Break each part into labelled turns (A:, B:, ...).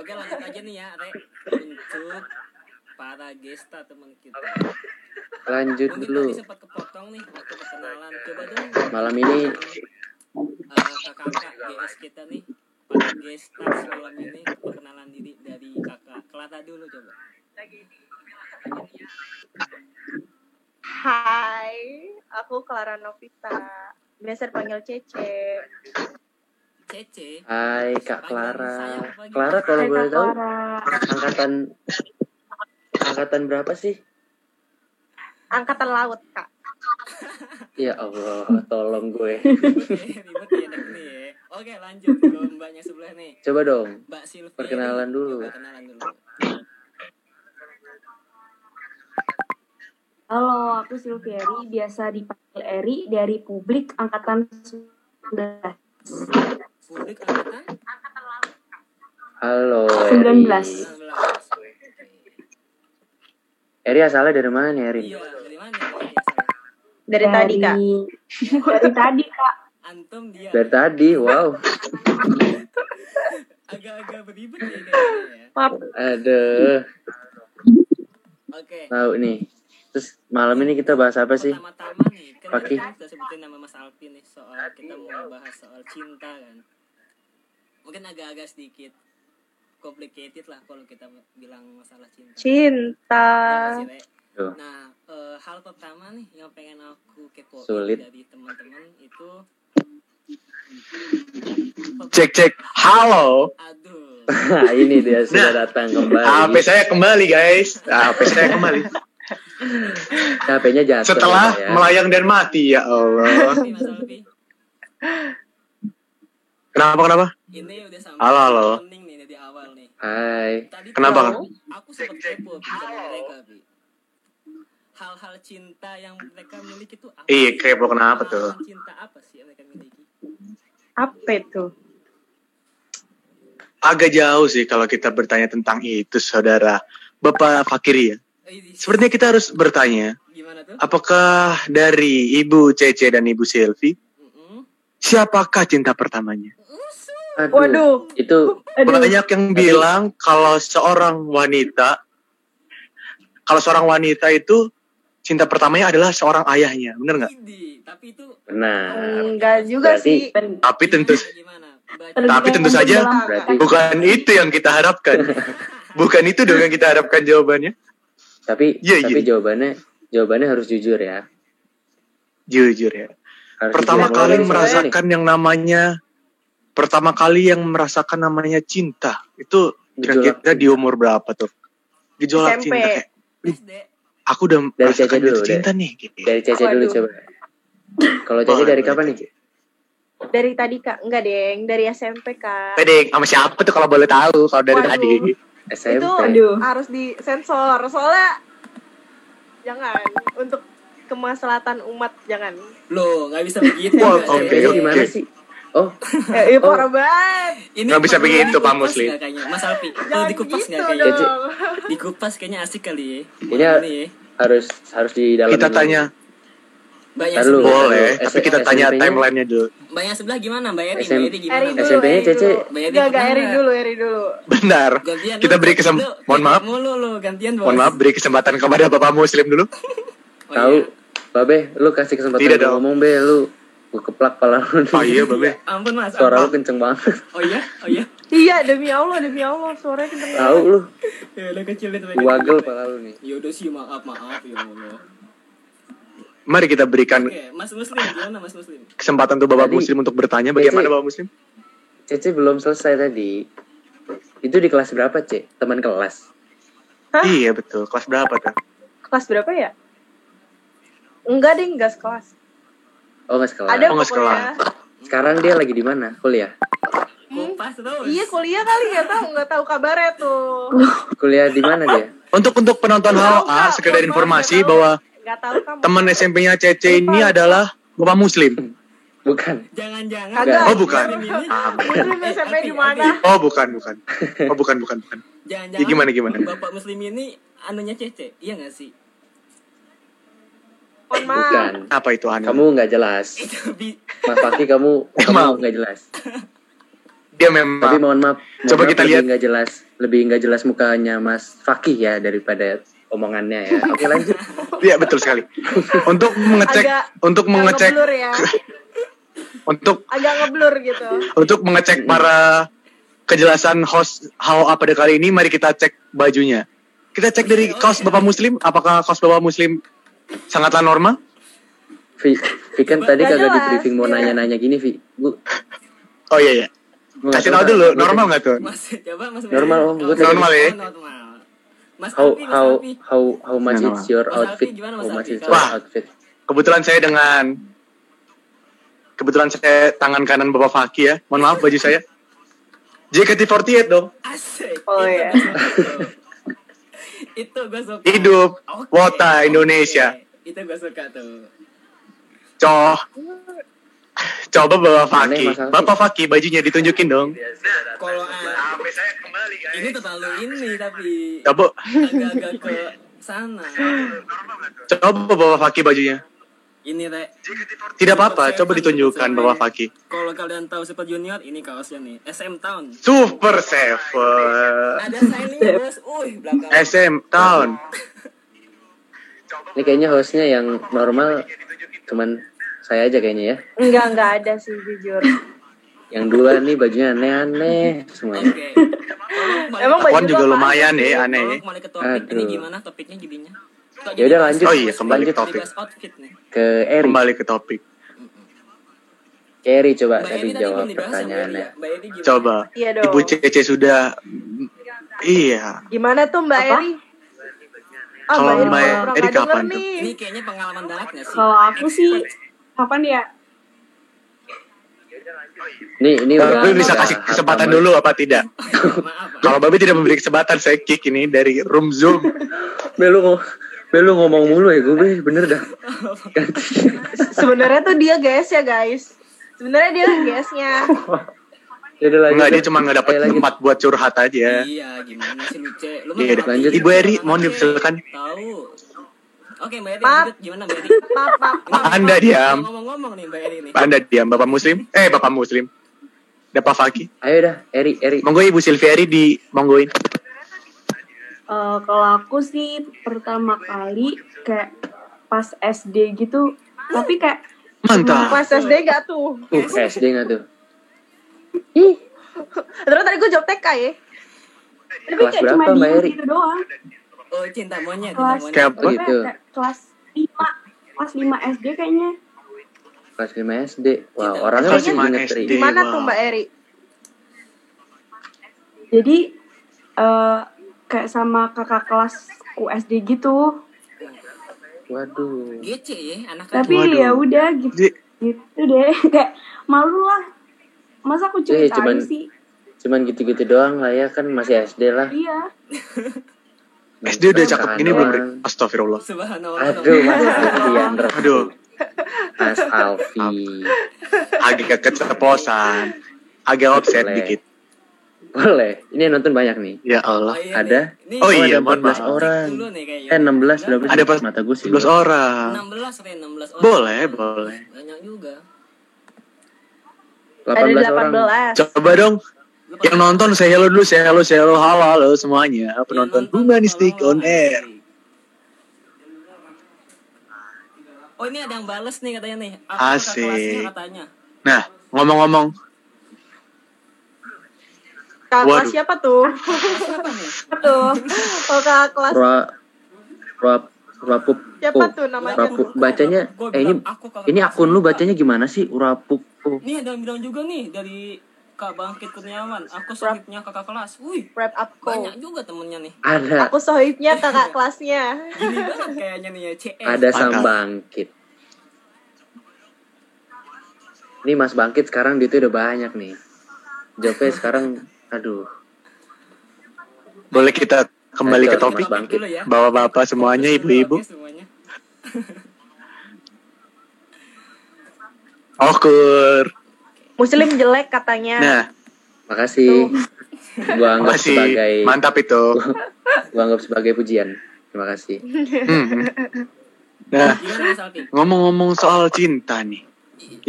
A: Oke lanjut aja nih ya Re untuk para gesta teman kita.
B: Lanjut
A: Mungkin
B: dulu.
A: tadi sempat kepotong nih waktu perkenalan. Coba dong
B: Malam ini
A: eh, kakak GS kita nih para gesta malam ini perkenalan diri dari kakak Kelata dulu coba.
C: Hai, aku Clara Novita. Biasa dipanggil Cece.
A: Cece.
B: Hai Kak
A: Pagi,
B: Clara.
A: sayang, pagi.
B: Clara kalau
C: Hai,
B: boleh
C: Kak
B: tahu
C: Clara.
B: angkatan angkatan berapa sih?
C: Angkatan laut, Kak.
B: Ya Allah, tolong gue.
A: Ribet ya, ribet ya dek nih ya. Oke lanjut ke mbaknya sebelah nih.
B: Coba dong.
A: Mbak Sylvia.
B: Perkenalan
A: nih.
B: dulu.
A: Coba Perkenalan dulu.
D: Halo, aku Silvieri, biasa dipanggil Eri dari publik angkatan 19.
A: Publik angkatan
B: Halo.
D: 19.
A: 16.
B: Eri asalnya dari mana nih Eri?
A: Iya, dari mana? Dari Asal.
C: Dari tadi, Kak.
D: Dari tadi, Kak.
A: Antum dia
B: Dari tadi, wow.
A: agak-agak beribet ya kayaknya ya.
C: Maaf,
B: Aduh,
A: Oke.
B: tahu nih. Terus malam ini kita bahas apa sih?
A: Pertama-tama nih, kan
B: Paki.
A: tadi kita sudah sebutin nama Mas Alvin nih soal kita mau bahas soal cinta kan. Mungkin agak-agak sedikit complicated lah kalau kita bilang masalah cinta.
C: cinta.
A: Ya, Mas Ire.
B: Tuh.
A: Nah, eh, hal pertama nih yang pengen aku kepo
B: Sulit.
A: dari teman-teman itu
E: Cek cek. Halo.
A: aduh.
B: Nah, ini dia sudah datang
E: HP
B: kembali.
E: saya kembali guys. HP saya kembali.
B: HP-nya jatuh.
E: Setelah
B: ya.
E: melayang dan mati ya Allah.
A: Ini Mas Alfi,
E: Kenapa kenapa?
A: ini udah sampai
E: Halo, halo.
A: opening nih dari awal nih.
B: Hai.
A: Tadi tuh
E: Kenapa,
A: aku, aku sempat kepo sama mereka, Bi. Hal-hal cinta yang mereka miliki tuh apa?
E: Iya,
A: sih?
E: kepo kenapa tuh?
A: Hal-hal Cinta apa sih yang mereka miliki?
C: Apa itu?
E: Agak jauh sih kalau kita bertanya tentang itu saudara. Bapak Fakiri ya.
A: Eh, ini-
E: Sepertinya kita harus bertanya,
A: gimana tuh?
E: apakah dari Ibu Cece dan Ibu Selvi,
A: Mm-mm.
E: siapakah cinta pertamanya?
B: Aduh,
C: Waduh.
B: Itu
E: Banyak yang bilang kalau seorang wanita, kalau seorang wanita itu cinta pertamanya adalah seorang ayahnya, bener nggak?
A: Ini, tapi itu
B: benar.
C: Enggak juga
B: Berarti-
C: sih.
D: Ben-
E: Tapi tentu
A: gimana? Baca-
E: Tapi tentu
D: Terlibat
E: saja-
D: dalam-
B: Berarti
E: bukan itu yang kita harapkan. Bukan itu dong yang kita harapkan jawabannya.
B: tapi
E: Iya,
B: tapi
E: iya.
B: jawabannya jawabannya harus jujur ya.
E: Jujur ya.
B: Harus
E: Pertama
B: jujur. Mulai
E: kali
B: dari saya nih.
E: merasakan yang namanya pertama kali yang merasakan namanya cinta itu
B: Gejolak
E: kira-kira di umur berapa tuh? Gejolak
C: SMP.
E: cinta. Kayak,
A: SD.
E: aku udah
B: Dari Caca
E: merasakan
B: dulu, ya?
E: jatuh cinta nih. gitu.
B: dari Cece dulu
C: Waduh.
B: coba. Kalau Cece
E: Boleh,
B: dari
E: boleh,
B: kapan nih?
C: Dari tadi, Kak. Enggak, Deng. Dari SMP, Kak.
E: Tadi sama siapa tuh kalau boleh tahu kalau dari
C: Waduh.
E: tadi.
B: SMP.
D: Aduh.
C: Harus disensor. Soalnya jangan untuk kemaslahatan umat jangan.
A: Loh, nggak bisa begitu.
E: Wah,
A: Mbak.
E: oke,
B: SMP-nya
E: oke.
B: gimana sih? Oh,
C: Eh, iya,
B: Oh.
C: parah banget.
A: Ini
E: Nggak bisa
A: perlu
E: begitu, Pak
A: dikupas
E: Muslim.
A: nggak kayaknya? Mas Alpi, perlu
C: Jangan
A: dikupas nggak
C: gitu
A: kayaknya?
C: dong.
A: Dikupas kayaknya asik kali ya.
B: Ini-
A: Malam ini ya.
B: harus harus di dalam
E: Kita tanya
A: Mbak yang
B: Ntar dulu.
A: sebelah,
E: boleh,
B: Aduh,
E: tapi
B: S-
E: kita tanya
B: SMP-nya.
E: timelinenya dulu.
A: Mbak yang sebelah gimana? Mbak Eri,
B: SM.
A: Mbak Eri gimana?
C: Eri
A: Mbak?
C: dulu,
B: SMP-nya
C: Eri
B: Cece.
C: dulu.
A: Bayar
C: Enggak, enggak,
A: dulu.
C: Eri dulu, Eri dulu.
E: Benar.
A: Gantian
E: Kita
A: lu,
E: beri
A: Bos.
E: kesempatan.
A: Lu,
E: Mohon maaf,
A: mulu lu, gantian bos.
E: mohon maaf beri kesempatan kepada Bapak Muslim dulu.
A: Oh,
B: tahu.
A: iya.
B: Babe, lu kasih kesempatan
E: Tidak
B: gue
E: dong.
B: ngomong, Be, lu gue keplak pala lu.
E: Oh iya, Babe.
A: Ampun mas.
B: Suara lu
A: ampun.
B: kenceng banget.
A: Oh iya, oh iya.
C: Iya, demi Allah, demi Allah, suaranya kenceng
B: Tahu lu,
A: Ya udah kecilin tadi.
B: wagel pala lu nih.
A: Ya udah sih maaf maaf ya Allah.
E: Mari kita berikan
A: Oke, Mas Muslim gimana Mas Muslim?
E: kesempatan tuh Bapak
B: Tadi-
E: Muslim untuk bertanya bagaimana
B: Jadi-
E: Bapak Muslim?
B: Cece belum selesai tadi. Itu di kelas berapa, Ce? Teman kelas.
C: Hah?
E: Iya betul. Kelas berapa tuh?
C: kelas berapa ya? Enggak deh, enggak sekelas.
B: Oh, enggak sekelas.
C: Ada
E: Oh, enggak
C: pokoknya.
B: Sekarang dia lagi di mana? Kuliah.
A: Kupas terus.
C: Hmm? Iya, kuliah kali nggak tahu, nggak tahu kabarnya tuh.
B: Kuliah di mana dia?
E: Untuk untuk penonton Halo A, ah, sekedar informasi bahwa
C: nggak tahu kamu.
E: teman SMP-nya Cece ini adalah Bapak Muslim.
B: Bukan.
A: Jangan-jangan.
C: Kagak.
E: Oh, bukan.
A: Muslim ini-
E: Ah,
C: Muslim
A: Eh,
C: SMP
A: Alfi,
C: di mana?
A: Alfi,
E: Oh bukan bukan. Oh bukan bukan bukan.
A: Jangan-jangan.
E: Ya, gimana, gimana?
A: Bapak Muslim ini anunya Cece, iya nggak sih?
C: Mohon maaf.
B: Bukan.
E: Apa itu Anda?
B: Kamu nggak jelas.
A: Bi-
B: Mas Paki kamu
E: Maaf.
B: kamu nggak jelas.
E: dia
B: Tapi
E: memang
B: mohon maaf. mohon
E: Coba
B: maaf
E: kita
B: lebih
E: lihat.
B: nggak jelas. lebih nggak jelas mukanya Mas Fakih ya daripada omongannya ya. Oke lanjut.
E: Iya betul sekali. Untuk mengecek,
C: Agak-
E: untuk mengecek,
C: ngeblur ya
E: untuk
C: agak ngeblur gitu
E: untuk mengecek para kejelasan host HOA pada kali ini, mari kita cek bajunya. Kita cek dari kaos Bapak Muslim, apakah kaos Bapak Muslim sangatlah normal?
B: Vi, Vi kan tadi
C: Nggak
B: kagak di
C: jelas,
B: briefing mau
C: iya.
B: nanya-nanya gini Vi. Gua,
E: Oh iya iya.
B: gua nggak
E: Kasih
B: tahu
E: tahu dulu,
B: gua
E: normal nggak tuh?
A: Mas, coba Mas.
B: Normal,
A: Melki.
B: Om. Gua
A: Kalau-
E: tadi- Normal ya?
A: Normal. Mas
B: How
A: Alpi, Mas
B: how
A: Alpi.
B: how how much
E: Nah,
B: is your
A: Mas
B: outfit?
A: Alfi gimana, Mas
B: How much
A: Alfi?
B: is your
E: Wah.
B: outfit?
E: Kebetulan saya dengan kebetulan saya tangan kanan Bapak Faki ya. Mohon maaf baju saya. JKT48 dong.
A: Asik.
C: Oh,
A: itu
C: iya.
A: gua suka. itu gue suka.
E: Hidup,
A: Oke,
E: wota
A: oke.
E: Indonesia.
A: Itu gue suka tuh.
E: Coh. Coba
B: Aneh,
E: Bapak Faki.
B: Mas Alfi.
E: Bapak Faki bajunya ditunjukin dong.
A: Kalau ah, ini terlalu ini tapi
E: Coba
A: agak-agak ke sana.
E: coba Bapak Faki bajunya.
A: Ini Re.
E: Tidak apa-apa, coba ditunjukkan Bapak Faki.
A: Kalau kalian tahu Super Junior, ini kaosnya nih. SM Town.
E: Super Seven.
A: Ada signingnya bos. Uih, belakang.
E: SM Town.
B: Ini kayaknya hostnya yang normal cuman saya aja kayaknya ya.
C: enggak enggak ada sih jujur
B: Yang dua nih bajunya aneh-aneh semuanya.
A: Oke.
C: Emang
A: Emang
E: Akuan
C: baju
E: juga
C: lu apaan
E: lumayan
C: sih?
E: ya, aneh. ya.
A: Kalau kembali ke topik, ini
B: Aduh.
A: gimana topiknya jadinya? Kok
B: Ya
A: jadi
B: udah
A: bahas-
B: lanjut.
E: Oh iya, kembali
B: lanjut
E: ke topik.
A: bahas outfit nih.
B: Ke Eri.
E: Kembali ke topik.
B: Eri coba
A: Mbak
B: tadi
A: Eri tadi
B: jawab
A: belum dibahas ya, Mbak Eri
B: pertanyaannya.
A: ya? Mbak Eri gimana?
E: Coba.
C: Iya dong.
E: Ibu Cece sudah Iya.
C: Gimana tuh Mbak
D: Apa?
C: Eri? Ah,
E: Kalau
C: Mbak Eri
E: Mbak
C: pura-pura
E: Eri
C: nggak denger
E: kapan tuh?
C: nih.
A: Ini kayaknya pengalaman banget gak sih?
D: Kalau aku sih kapan ya?
B: Nih ini udah-
E: Babi bisa
B: udah
E: kasih
B: hafal
E: kesempatan
B: banget.
E: dulu apa tidak?
A: Maaf. Pak.
E: Kalau Babi tidak memberi kesempatan, saya kick ini dari room Zoom.
B: Be lu, ngo- Be, lu ngomong mulu ya gue Be. bener dah. Ganti.
C: Sebenarnya tuh dia guys ya guys. Sebenarnya dia guysnya.
B: Ya udah lanjut.
E: Enggak, dia
B: Be.
E: cuma nggak dapat
B: Ayo lanjut.
E: tempat buat curhat aja.
A: Iya, gimana sih Luce? Lu
E: Iya,
A: mah
B: lanjut.
A: ngerti.
E: Ibu Eri,
A: Mana
E: mohon
A: sih?
E: dipersilakan.
A: Tahu. Oke, Mbak Eri,
C: Maaf.
A: lanjut. gimana Mbak Eri?
C: Maaf, maaf.
A: Ini
E: Anda
A: ngomong-
E: diam.
A: Ngomong-ngomong nih Mbak Eri nih.
E: Anda diam, Bapak Muslim. Eh, Bapak Muslim. Dapat Faki.
B: Ayo dah, Eri, Eri.
E: Monggo Ibu Silviari di monggoin.
D: Eh, kalau aku sih pertama kali kayak pas SD gitu, tapi kayak
E: Mantap.
C: Mas SD enggak tuh.
B: Uh, SD nggak tuh?
C: Terus tadi gue jawab TK ya.
D: tapi kayak
B: Kelas
D: cuma
B: berapa, Mbak
D: diem
B: Eri?
D: gitu doang.
A: Oh, cinta monyet, cinta
D: Kelas
A: monyet.
B: Oh,
E: Kayak apa?
B: gitu.
D: kayak kelas 5 kelas 5 SD kayaknya.
B: Kelas 5 SD. Wah,
A: Tidak.
B: orangnya
E: Kelas
B: masih
E: lima
B: inget Eri.
E: SD.
C: Gimana
E: Dewa.
C: tuh Mbak Eri?
D: Jadi eh kayak sama kakak kelasku SD gitu.
B: Waduh.
A: Gece ya, anak
D: Tapi
E: Waduh.
D: ya udah gitu.
E: Jadi,
D: gitu deh kayak malu lah masa
E: Eh,
D: aku
B: Iya,
D: ceritain
B: cuman-
D: sih
B: Cuman gitu-gitu doang lah ya kan masih SD lah.
D: iya
E: SD udah cakep gini belum? Ri? Astagfirullah.
A: Subhanallah.
B: Aduh, Mas Alfiandra.
E: Aduh,
B: Mas Alfi.
E: agak keceplosan. Agak offset
B: Boleh.
E: dikit.
B: Boleh. Ini yang nonton banyak nih.
E: Ya Allah.
B: Ada?
E: Oh
B: ada
E: iya,
B: 14
E: mohon maaf.
B: orang.
A: Dulu nih kayaknya.
B: Eh, 16 berapa sih?
E: Ada pas-
B: mata gue sih.
E: 11 orang.
A: 16 Ren, 16 orang.
E: Boleh, boleh.
A: Oh, Banyak juga.
C: Ada
B: 18 orang.
C: 18.
E: Coba dong
A: Lu
E: yang
A: pernah-
E: nonton saya hello dulu, saya hello, saya hello, halo, halo semuanya.
A: yang
E: Penonton
A: nonton,
E: Humanistik
A: tolong
E: on air.
A: lah. Oh ini ada yang bales nih katanya nih. Aku
E: Asik.
A: kakak kelasnya katanya.
E: Nah, ngomong-ngomong,
C: Kakak kelas
E: Waduh.
C: siapa tuh?
A: Siapa nih?
C: Siapa tuh? Oh, kakak kelas
B: Pro Pro Urapup.
C: siapa tuh namanya?
B: Urapup. Bacanya
A: Gua
B: eh
A: bilang,
B: ini
A: aku kakak
B: ini
A: kelas
B: akun lu
A: juga.
B: bacanya gimana sih? Urapup.
A: Nih ada yang bilang juga nih dari Kak Bangkit Kurniawan. Aku sohibnya kakak kelas. Wih
C: Wrap up call.
A: banyak juga temennya nih.
B: Ada
C: Aku sohibnya kakak kelasnya.
A: Gini banget kayaknya nih ya CS.
B: ada sang
E: Mantap.
B: bangkit. Ini Mas Bangkit sekarang dia tuh udah banyak nih. Jawabnya sekarang aduh.
E: boleh kita kembali ke
B: Ayo,
E: topik.
B: Mas Bangkit.
A: dulu ya.
E: Bapak-bapak semuanya, ibu-ibu.
A: Oke, semuanya.
E: Okur.
C: Muslim jelek katanya.
E: Nah,
B: Makasih. Gua anggap
E: masih
B: sebagai
E: mantap itu.
B: gua anggap sebagai pujian. Terima kasih.
E: Hmm. Nah,
A: Gimana Mas Alki?
E: ngomong-ngomong soal cinta nih,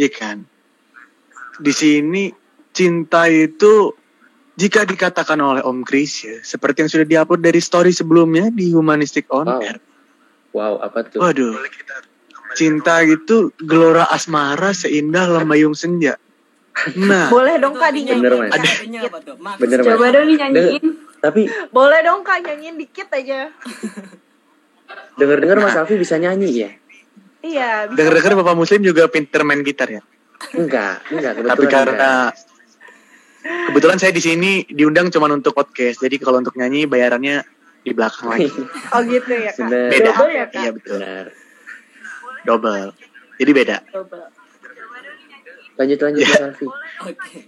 E: iya kan? Di sini cinta itu Jika dikatakan oleh Om Krisya, seperti yang sudah diupload dari story sebelumnya di Humanistic On
B: Wow.
E: Air.
B: Wow, apa tuh?
E: Waduh, cinta itu gelora asmara seindah lembayung senja. Nah,
C: Boleh Iya dong kak Iya.
B: Bener, Mas.
C: dinyanyiin. Kak,
A: Ada-
C: dikit.
A: apa tuh? Maksud-
B: Bener,
D: Coba
B: Mas.
D: dong dinyanyiin.
B: Tapi
C: Boleh dong kak nyanyiin dikit aja.
B: denger-dengar Mas Alfi bisa nyanyi ya?
C: Iya. bisa.
E: dengar-dengar Bapak Muslim juga pinter main gitar ya.
B: Enggak, enggak kebetulan.
E: Tapi
B: enggak.
E: karena kebetulan saya di sini diundang cuma untuk podcast, jadi kalau untuk nyanyi bayarannya di belakang lagi.
C: Oh gitu ya kak.
B: Bener.
E: Beda.
D: Double ya, Kak?
E: Iya betul.
B: Benar.
E: Double. Jadi beda.
C: Coba.
B: Lanjut lanjut Mas Alfi.
A: Oke.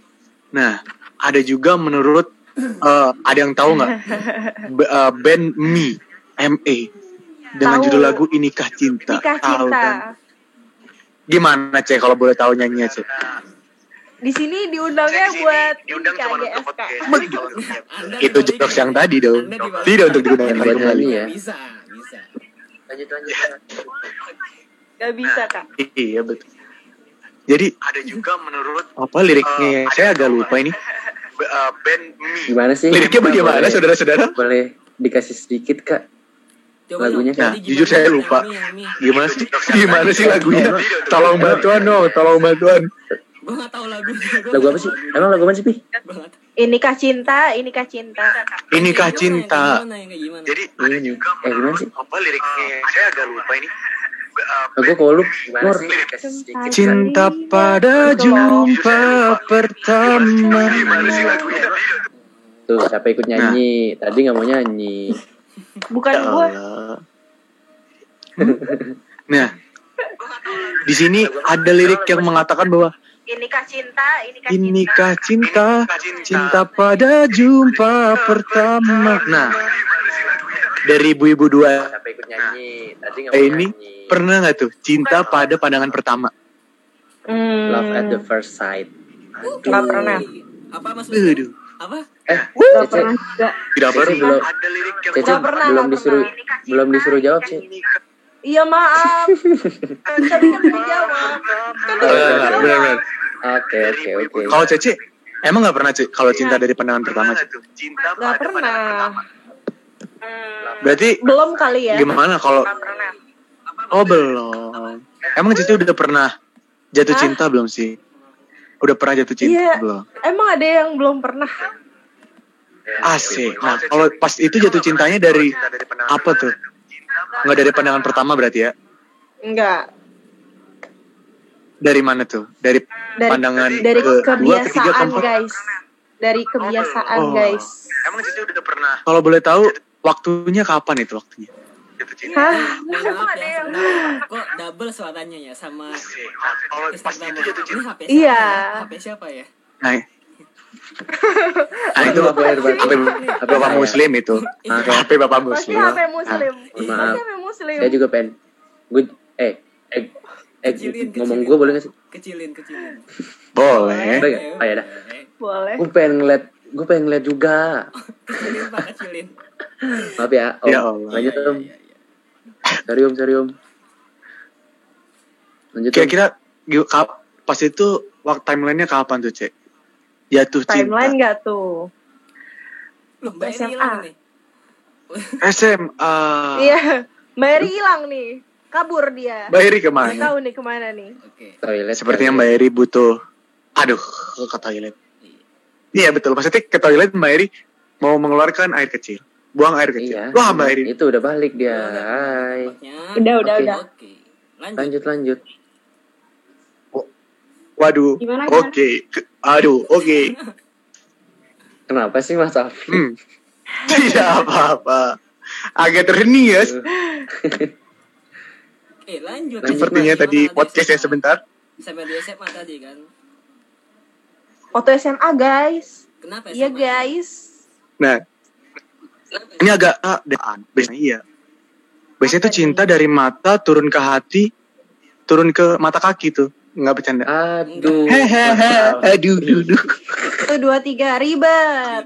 E: Nah, ada juga menurut eh, ada yang tahu nggak B- eh, band Me MA dengan
C: Tahu.
E: judul lagu Inikah Cinta.
C: Nikah
E: Tahu
C: cinta.
E: kan? Gimana cek kalau boleh tahu nyanyinya cek?
C: Di sini diundangnya buat ini kak GS kak.
A: Anda
E: Itu
A: dibalikin.
E: jokes yang tadi dong.
A: Anda dibalikin.
E: Tidak untuk digunakan
B: Buat
E: kembali.
B: nyanyi ya.
A: Bisa, bisa.
B: Lanjut lanjut. Mas Alfi.
C: Gak bisa kak.
E: Iya betul. Jadi ada juga menurut apa liriknya? saya agak lupa ini. band Me.
B: Gimana sih?
E: Liriknya
B: Boleh-
E: bagaimana saudara-saudara?
B: Boleh dikasih sedikit Kak?
A: Coba
B: Lagunya.
A: dong,
E: Nah,
A: jadi
E: jujur
A: gimana
E: saya
A: nih,
E: lupa.
A: Ami, Ami?
E: Gimana sih? Gimana sih lagunya? Tolong bantuan dong, tolong bantuan.
A: Gua nggak tahu lagunya. Gua nggak
B: Lagu apa
A: tahu
B: sih?
A: lagunya.
B: Emang lagu apa sih, Pi?
A: Gua nggak tahu.
C: Ini kak cinta, ini kak cinta.
E: Inikah
A: Kayak
E: cinta?
A: Gimana, yang kayak gimana?
E: Jadi
B: ada Ini. juga Eh, gimana menurut- sih?
E: apa liriknya?
C: Oh,
E: saya agak lupa ini.
B: Lagu kolup. Gimana
E: Nur.
B: sih? Dikasih sedikit. Kak.
E: Cinta pada jumpa pertama.
B: Tuh, siapa ikut
E: Nah.
B: nyanyi? Tadi nggak mau nyanyi.
C: Bukan
E: Ya
C: gue.
E: Allah. Nah, di sini ada lirik yang mengatakan bahwa
C: Ini kak cinta, ini kak cinta.
E: inikah cinta, cinta pada jumpa pertama. Nah, dari ibu-ibu dua
B: Siapa ikut nyanyi? Tadi nggak mau
E: Nah. Eh, ini
B: nyanyi.
E: pernah nggak tuh cinta pada pandangan pertama?
C: Hmm.
B: Love at the first sight. Aduh.
C: Nggak pernah.
A: Apa Mas?
E: Aduh.
A: Apa?
B: Eh,
D: Gak
B: Cece,
D: pernah juga.
E: Tidak
B: Cece belum, Cece
C: Nggak pernah,
B: belum
C: nggak
B: disuruh,
C: pernah.
B: belum disuruh jawab sih.
C: Iya maaf. Kan tadi udah dijawab. Kan udah
E: Oh, Benar,
C: dijawab.
E: benar, benar.
B: Oke, oke, oke.
E: Kalau Cece, emang nggak pernah Cece kalau cinta dari pandangan pertama? Cece?
C: Gak pernah. Hmm.
E: Berarti
C: Belum kali ya.
E: gimana kalau
C: Gak pernah.
E: oh belum? Emang Cece udah pernah jatuh
C: Hah?
E: cinta belum sih? Udah pernah jatuh cinta
C: Iya.
E: belum?
C: Emang ada yang belum pernah?
E: Asik. Nah, kalau pas itu jatuh cintanya dari apa tuh? Nggak dari pandangan pertama berarti ya?
C: Enggak.
E: Dari mana tuh? Dari
C: Dari
E: pandangan
C: dari
E: kedua, ketiga,
C: kebiasaan
E: keempat?
C: guys. Dari kebiasaan
E: Oh.
C: guys.
E: Emang Cici udah pernah? Kalau boleh tahu waktunya kapan itu waktunya?
C: Hah?
A: Mohon maaf ya, sebentar. Kok double suaranya ya sama Instagram ya? Ini HP siapa?
C: Iya.
A: ya? HP siapa ya?
E: Nah, nah itu
B: Apa sih?
E: HP,
B: Apa
E: bapak
B: saya?
E: muslim itu.
A: Iya.
E: HP bapak
C: Pasti
E: muslim. Ah,
C: HP muslim.
B: Mohon
C: Pasti
B: maaf.
C: HP muslim.
B: Saya juga pengen. Gue, eh, eh, eh,
A: Kecilin,
B: ngomong
A: kecilin.
B: gue boleh nggak sih?
A: Kecilin, kecilin.
E: Nah, Boleh.
B: Boleh nggak? Oh ya dah.
A: Eh,
C: Boleh.
B: Gue pengen ngeliat, gue pengen ngeliat juga.
A: Kecilin, Pak, kecilin.
B: Maaf ya, Om.
E: Ya Allah.
B: Lanjut,
A: Iya,
B: Om.
A: iya, iya.
B: Sorry, Om, sorry, Om. Lanjut, Om.
E: Kira-kira gi- ka- pas itu waktu timelinenya kapan tuh cek? Jatuh
C: Timeline
E: cinta.
C: gak tuh?
A: iya. Loh, Mbak Eni
C: SMA.
A: hilang nih.
E: SMA.
C: Iya. Mbak Eri hilang nih. Kabur dia.
E: Mbak Eri
C: Gak
E: kemana?
C: tahu nih kemana nih.
A: Oke.
B: Toilet.
E: Sepertinya
B: kali ya.
E: Mbak Eri butuh. Aduh, ke toilet. Iya betul. Maksudnya ke toilet Mbak Eri mau mengeluarkan air kecil, buang air
B: ya.
E: kecil.
B: Iya.
E: Wah Mbak Eri.
B: Itu udah balik dia.
A: Udah,
B: Hai.
A: Tampaknya.
D: Udah, udah,
B: Oke.
D: udah.
A: Hmm, Oke. Lanjut.
B: Lanjut, lanjut.
E: Waduh.
D: Gimana, gimana?
E: Oke. Ke- Aduh. Oke.
B: Kenapa sih Mas Alfi?
E: Hmm. Tidak apa-apa. Agak terheni ya.
A: Oke, Eh, lanjut.
B: Lanjut.
E: Sepertinya
A: Gimana
E: tadi
A: di
E: podcast yang
A: SMA?
E: sebentar.
A: Sampai di SMA tadi kan.
C: Foto SMA guys.
A: Kenapa ya
C: Iya
A: SMA?
C: guys.
E: Nah, ini agak ah, daan. Biasanya iya. Biasanya tuh cinta dari mata turun ke hati, turun ke mata kaki tuh. Nggak bercanda.
B: Aduh. Mas
E: Hehehe.
B: Alfi.
E: Aduh, aduh, aduh.
C: Satu dua tiga ribet.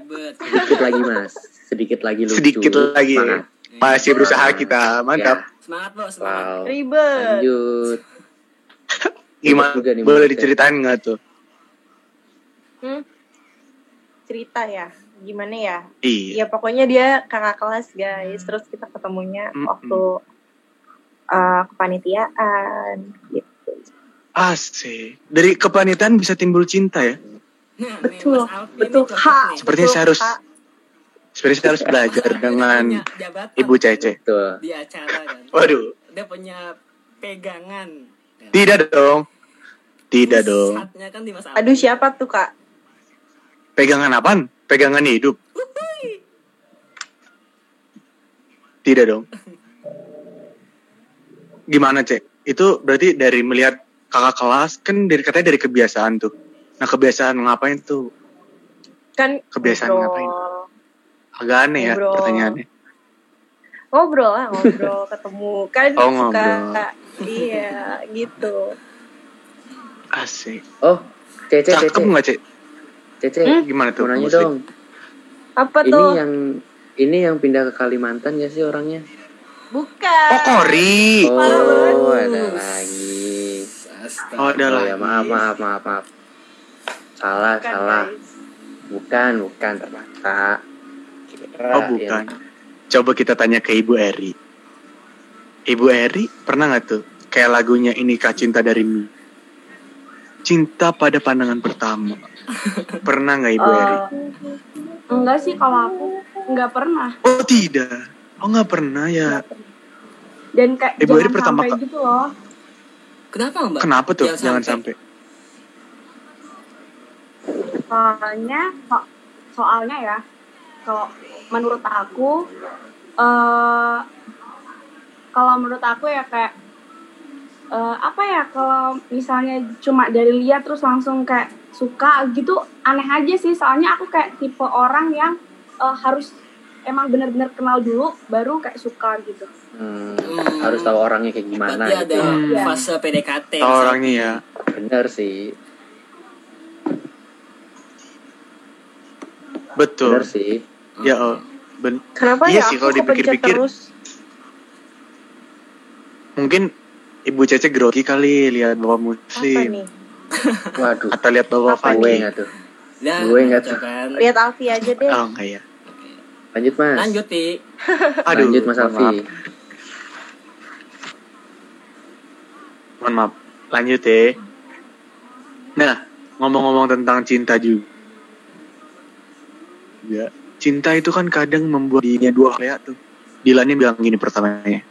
A: Ribet.
B: Sedikit lagi Mas. Sedikit lagi lucu.
E: Sedikit lagi.
B: Semangat.
E: Masih berusaha kita. Mantap.
A: Semangat, Bos.
B: Ya.
A: Semangat.
B: Wow.
C: Ribet.
B: Lanjut.
E: Gimana?
B: Juga Ya, nih,
E: Boleh
B: Mas.
E: diceritain nggak tuh?
C: Hmm? cerita ya gimana ya
E: Iya. Hmm.
C: ya pokoknya dia kakak kelas guys terus kita ketemunya
E: Mm-mm.
C: waktu uh, kepanitiaan gitu
E: Asik. Dari kepanitiaan bisa timbul cinta ya.
A: Nah, Mas
D: Betul,
A: Alvin ini
D: betul,
A: cocok
D: Kak.
A: nih.
E: Sepertinya saya harus
C: Kak.
E: sepertinya saya harus belajar
A: Mas Alvin
E: dengan
A: punya jabatan
E: Ibu Cece.
B: Betul.
A: di acara kan.
E: Waduh.
A: Dia punya pegangan.
E: Tidak dong. Tidak dong.
A: Pusatnya kan di Mas Alvin.
C: aduh siapa tuh kak
E: Pegangan apaan? Pegangan hidup. Tidak dong. Gimana cek? Itu berarti dari melihat kakak kelas kan dari katanya dari kebiasaan tuh. Nah kebiasaan ngapain tuh?
C: kan
E: Kebiasaan ngapain?
C: ngobrol.
E: Agak aneh ya
C: Ngobrol.
E: pertanyaannya.
C: ngobrol lah ngobrol ketemu kan
E: Oh,
C: suka
E: ngobrol.
C: iya gitu
E: Asik.
B: Oh, Cece,
E: Cakep
B: Cece,
E: nggak cek?
B: Cece,
A: Hmm?
E: Gimana tuh?
B: Hmm? mau nanya
E: Musik?
B: dong.
C: apa
B: Ini
C: tuh
B: yang ini yang pindah ke Kalimantan ya sih orangnya?
C: bukan
E: Oh Kori.
B: Oh, ada lagi.
A: Astaga.
E: Oh, ada
B: Oh,
E: lagi.
B: ya, maaf, maaf, maaf, maaf. Salah,
C: Bukan,
B: salah.
C: guys.
B: Bukan, bukan ternyata. Kira
E: Oh bukan. Coba kita tanya ke Ibu Eri. Ibu Eri pernah nggak tuh kayak lagunya ini Kak Cinta dari Mi? Cinta pada pandangan pertama. Pernah nggak Ibu Eri?
D: Eh, enggak sih kalau aku nggak pernah
E: Oh tidak. Oh nggak pernah ya.
D: dan kayak
E: Ibu Eri
D: jangan
E: pertama
D: sampai
E: kali-
D: gitu loh
A: Kenapa, Mbak?
E: Kenapa tuh?
A: Iya,
E: Jangan sampai.
D: soalnya so- soalnya ya kalau menurut aku eh kalau menurut aku ya kayak eh, apa ya kalau misalnya cuma dari lihat terus langsung kayak suka gitu aneh aja sih soalnya aku kayak tipe orang yang eh, harus emang bener-bener kenal dulu baru kayak suka gitu
B: Hmm,
A: Hmm.
B: harus tahu orangnya kayak gimana
A: Berarti ada
B: gitu. ya.
D: Iya.
C: Hmm.
A: fase PDKT.
E: Tahu orangnya ya.
B: Bener sih, bener
E: Betul.
B: sih.
E: Ya oh. Ben-
C: kenapa ya
E: Iya sih,
C: aku
E: kalau
C: kepencet
E: dipikir-pikir.
C: terus
E: Mungkin Ibu Cece grogi kali lihat Bapak
C: apa
E: Muslim
C: nih
B: Waduh,
E: atau lihat
B: gue
C: Apa
E: Bapak Fandi.
B: nggak tuh.
A: Nah,
B: Gue nggak
A: cocok kan.
C: lihat Alfi aja deh
E: Oh enggak ya.
B: Lanjut mas.
A: Lanjut, Ti.
E: Aduh.
B: Lanjut mas
E: mohon maaf.
B: Alfi.
E: mohon maaf lanjut ya nah ngomong-ngomong tentang cinta juga ya cinta itu kan kadang membuat dirinya dua hal ya tuh Dilannya bilang gini pertamanya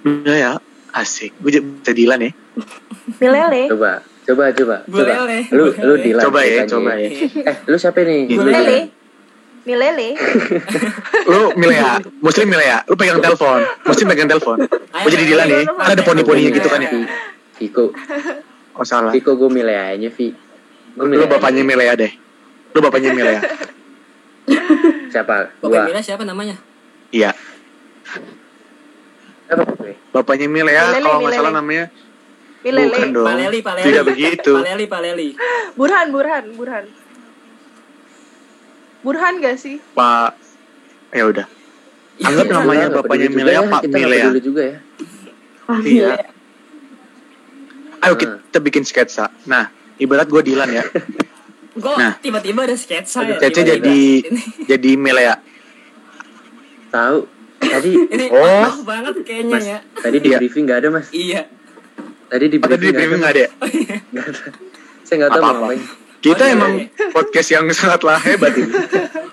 E: Enggak ya asik gue j- bisa Dilan ya
C: Milele
B: Coba, coba, coba, coba.
A: Boleh.
B: Lu, lu
A: Boleh.
B: Dilan.
E: coba ya
B: ceritanya.
E: coba ya
B: Eh, lu siapa nih?
E: Gue
C: Milele Milele
E: lu milih ya muslim milih ya lu pegang telepon muslim pegang telepon gue jadi Dilan ya
C: Iya,
E: kan ada poni-poninya gitu
A: Iya.
E: kan ya
B: Iya. Viko,
E: oh salah
B: Viko gue milih aja Vi. Gue
E: lu bapaknya milih ya deh lu bapaknya milih ya
B: siapa?
A: Bapak
B: Gua.
A: Mila siapa namanya?
E: iya
B: Siapa gue?
E: bapaknya milih ya
C: Milele,
E: kalau nggak salah
C: Milele.
E: namanya Bukan
C: Milele
E: dong.
A: Paleli, Paleli.
E: Tidak begitu.
A: Paleli, Paleli.
C: Burhan Burhan Burhan Burhan gak sih
E: Pak ya udah Anggap
A: Iya,
E: namanya
B: nggak
E: bapaknya
B: peduli juga
E: Milea,
B: ya,
E: Pak
B: kita nggak
E: Milea.
B: peduli juga ya.
E: Iya. Ayo
B: Ah.
E: kita bikin sketsa. Nah, ibarat gue Dilan ya.
A: Gue
E: Nah.
A: tiba-tiba ada sketsa ya.
E: Cece
A: tiba-tiba.
E: jadi jadi Milea.
B: Tahu? Tadi,
A: Ini
E: Oh.
A: oh. banget kayaknya
B: mas.
A: ya.
B: Tadi di
E: Iya.
B: briefing nggak ada mas.
A: Iya.
B: Tadi di
E: Oh, Tadi di
B: briefing nggak
E: briefing
B: ada.
E: nggak ada. ya?
B: Nggak ada. Saya nggak tahu mau
E: Apa-apa.
B: ngapain.
E: Kita
A: Oh, iya,
E: emang
A: iya.
E: podcast yang sangatlah hebat ini.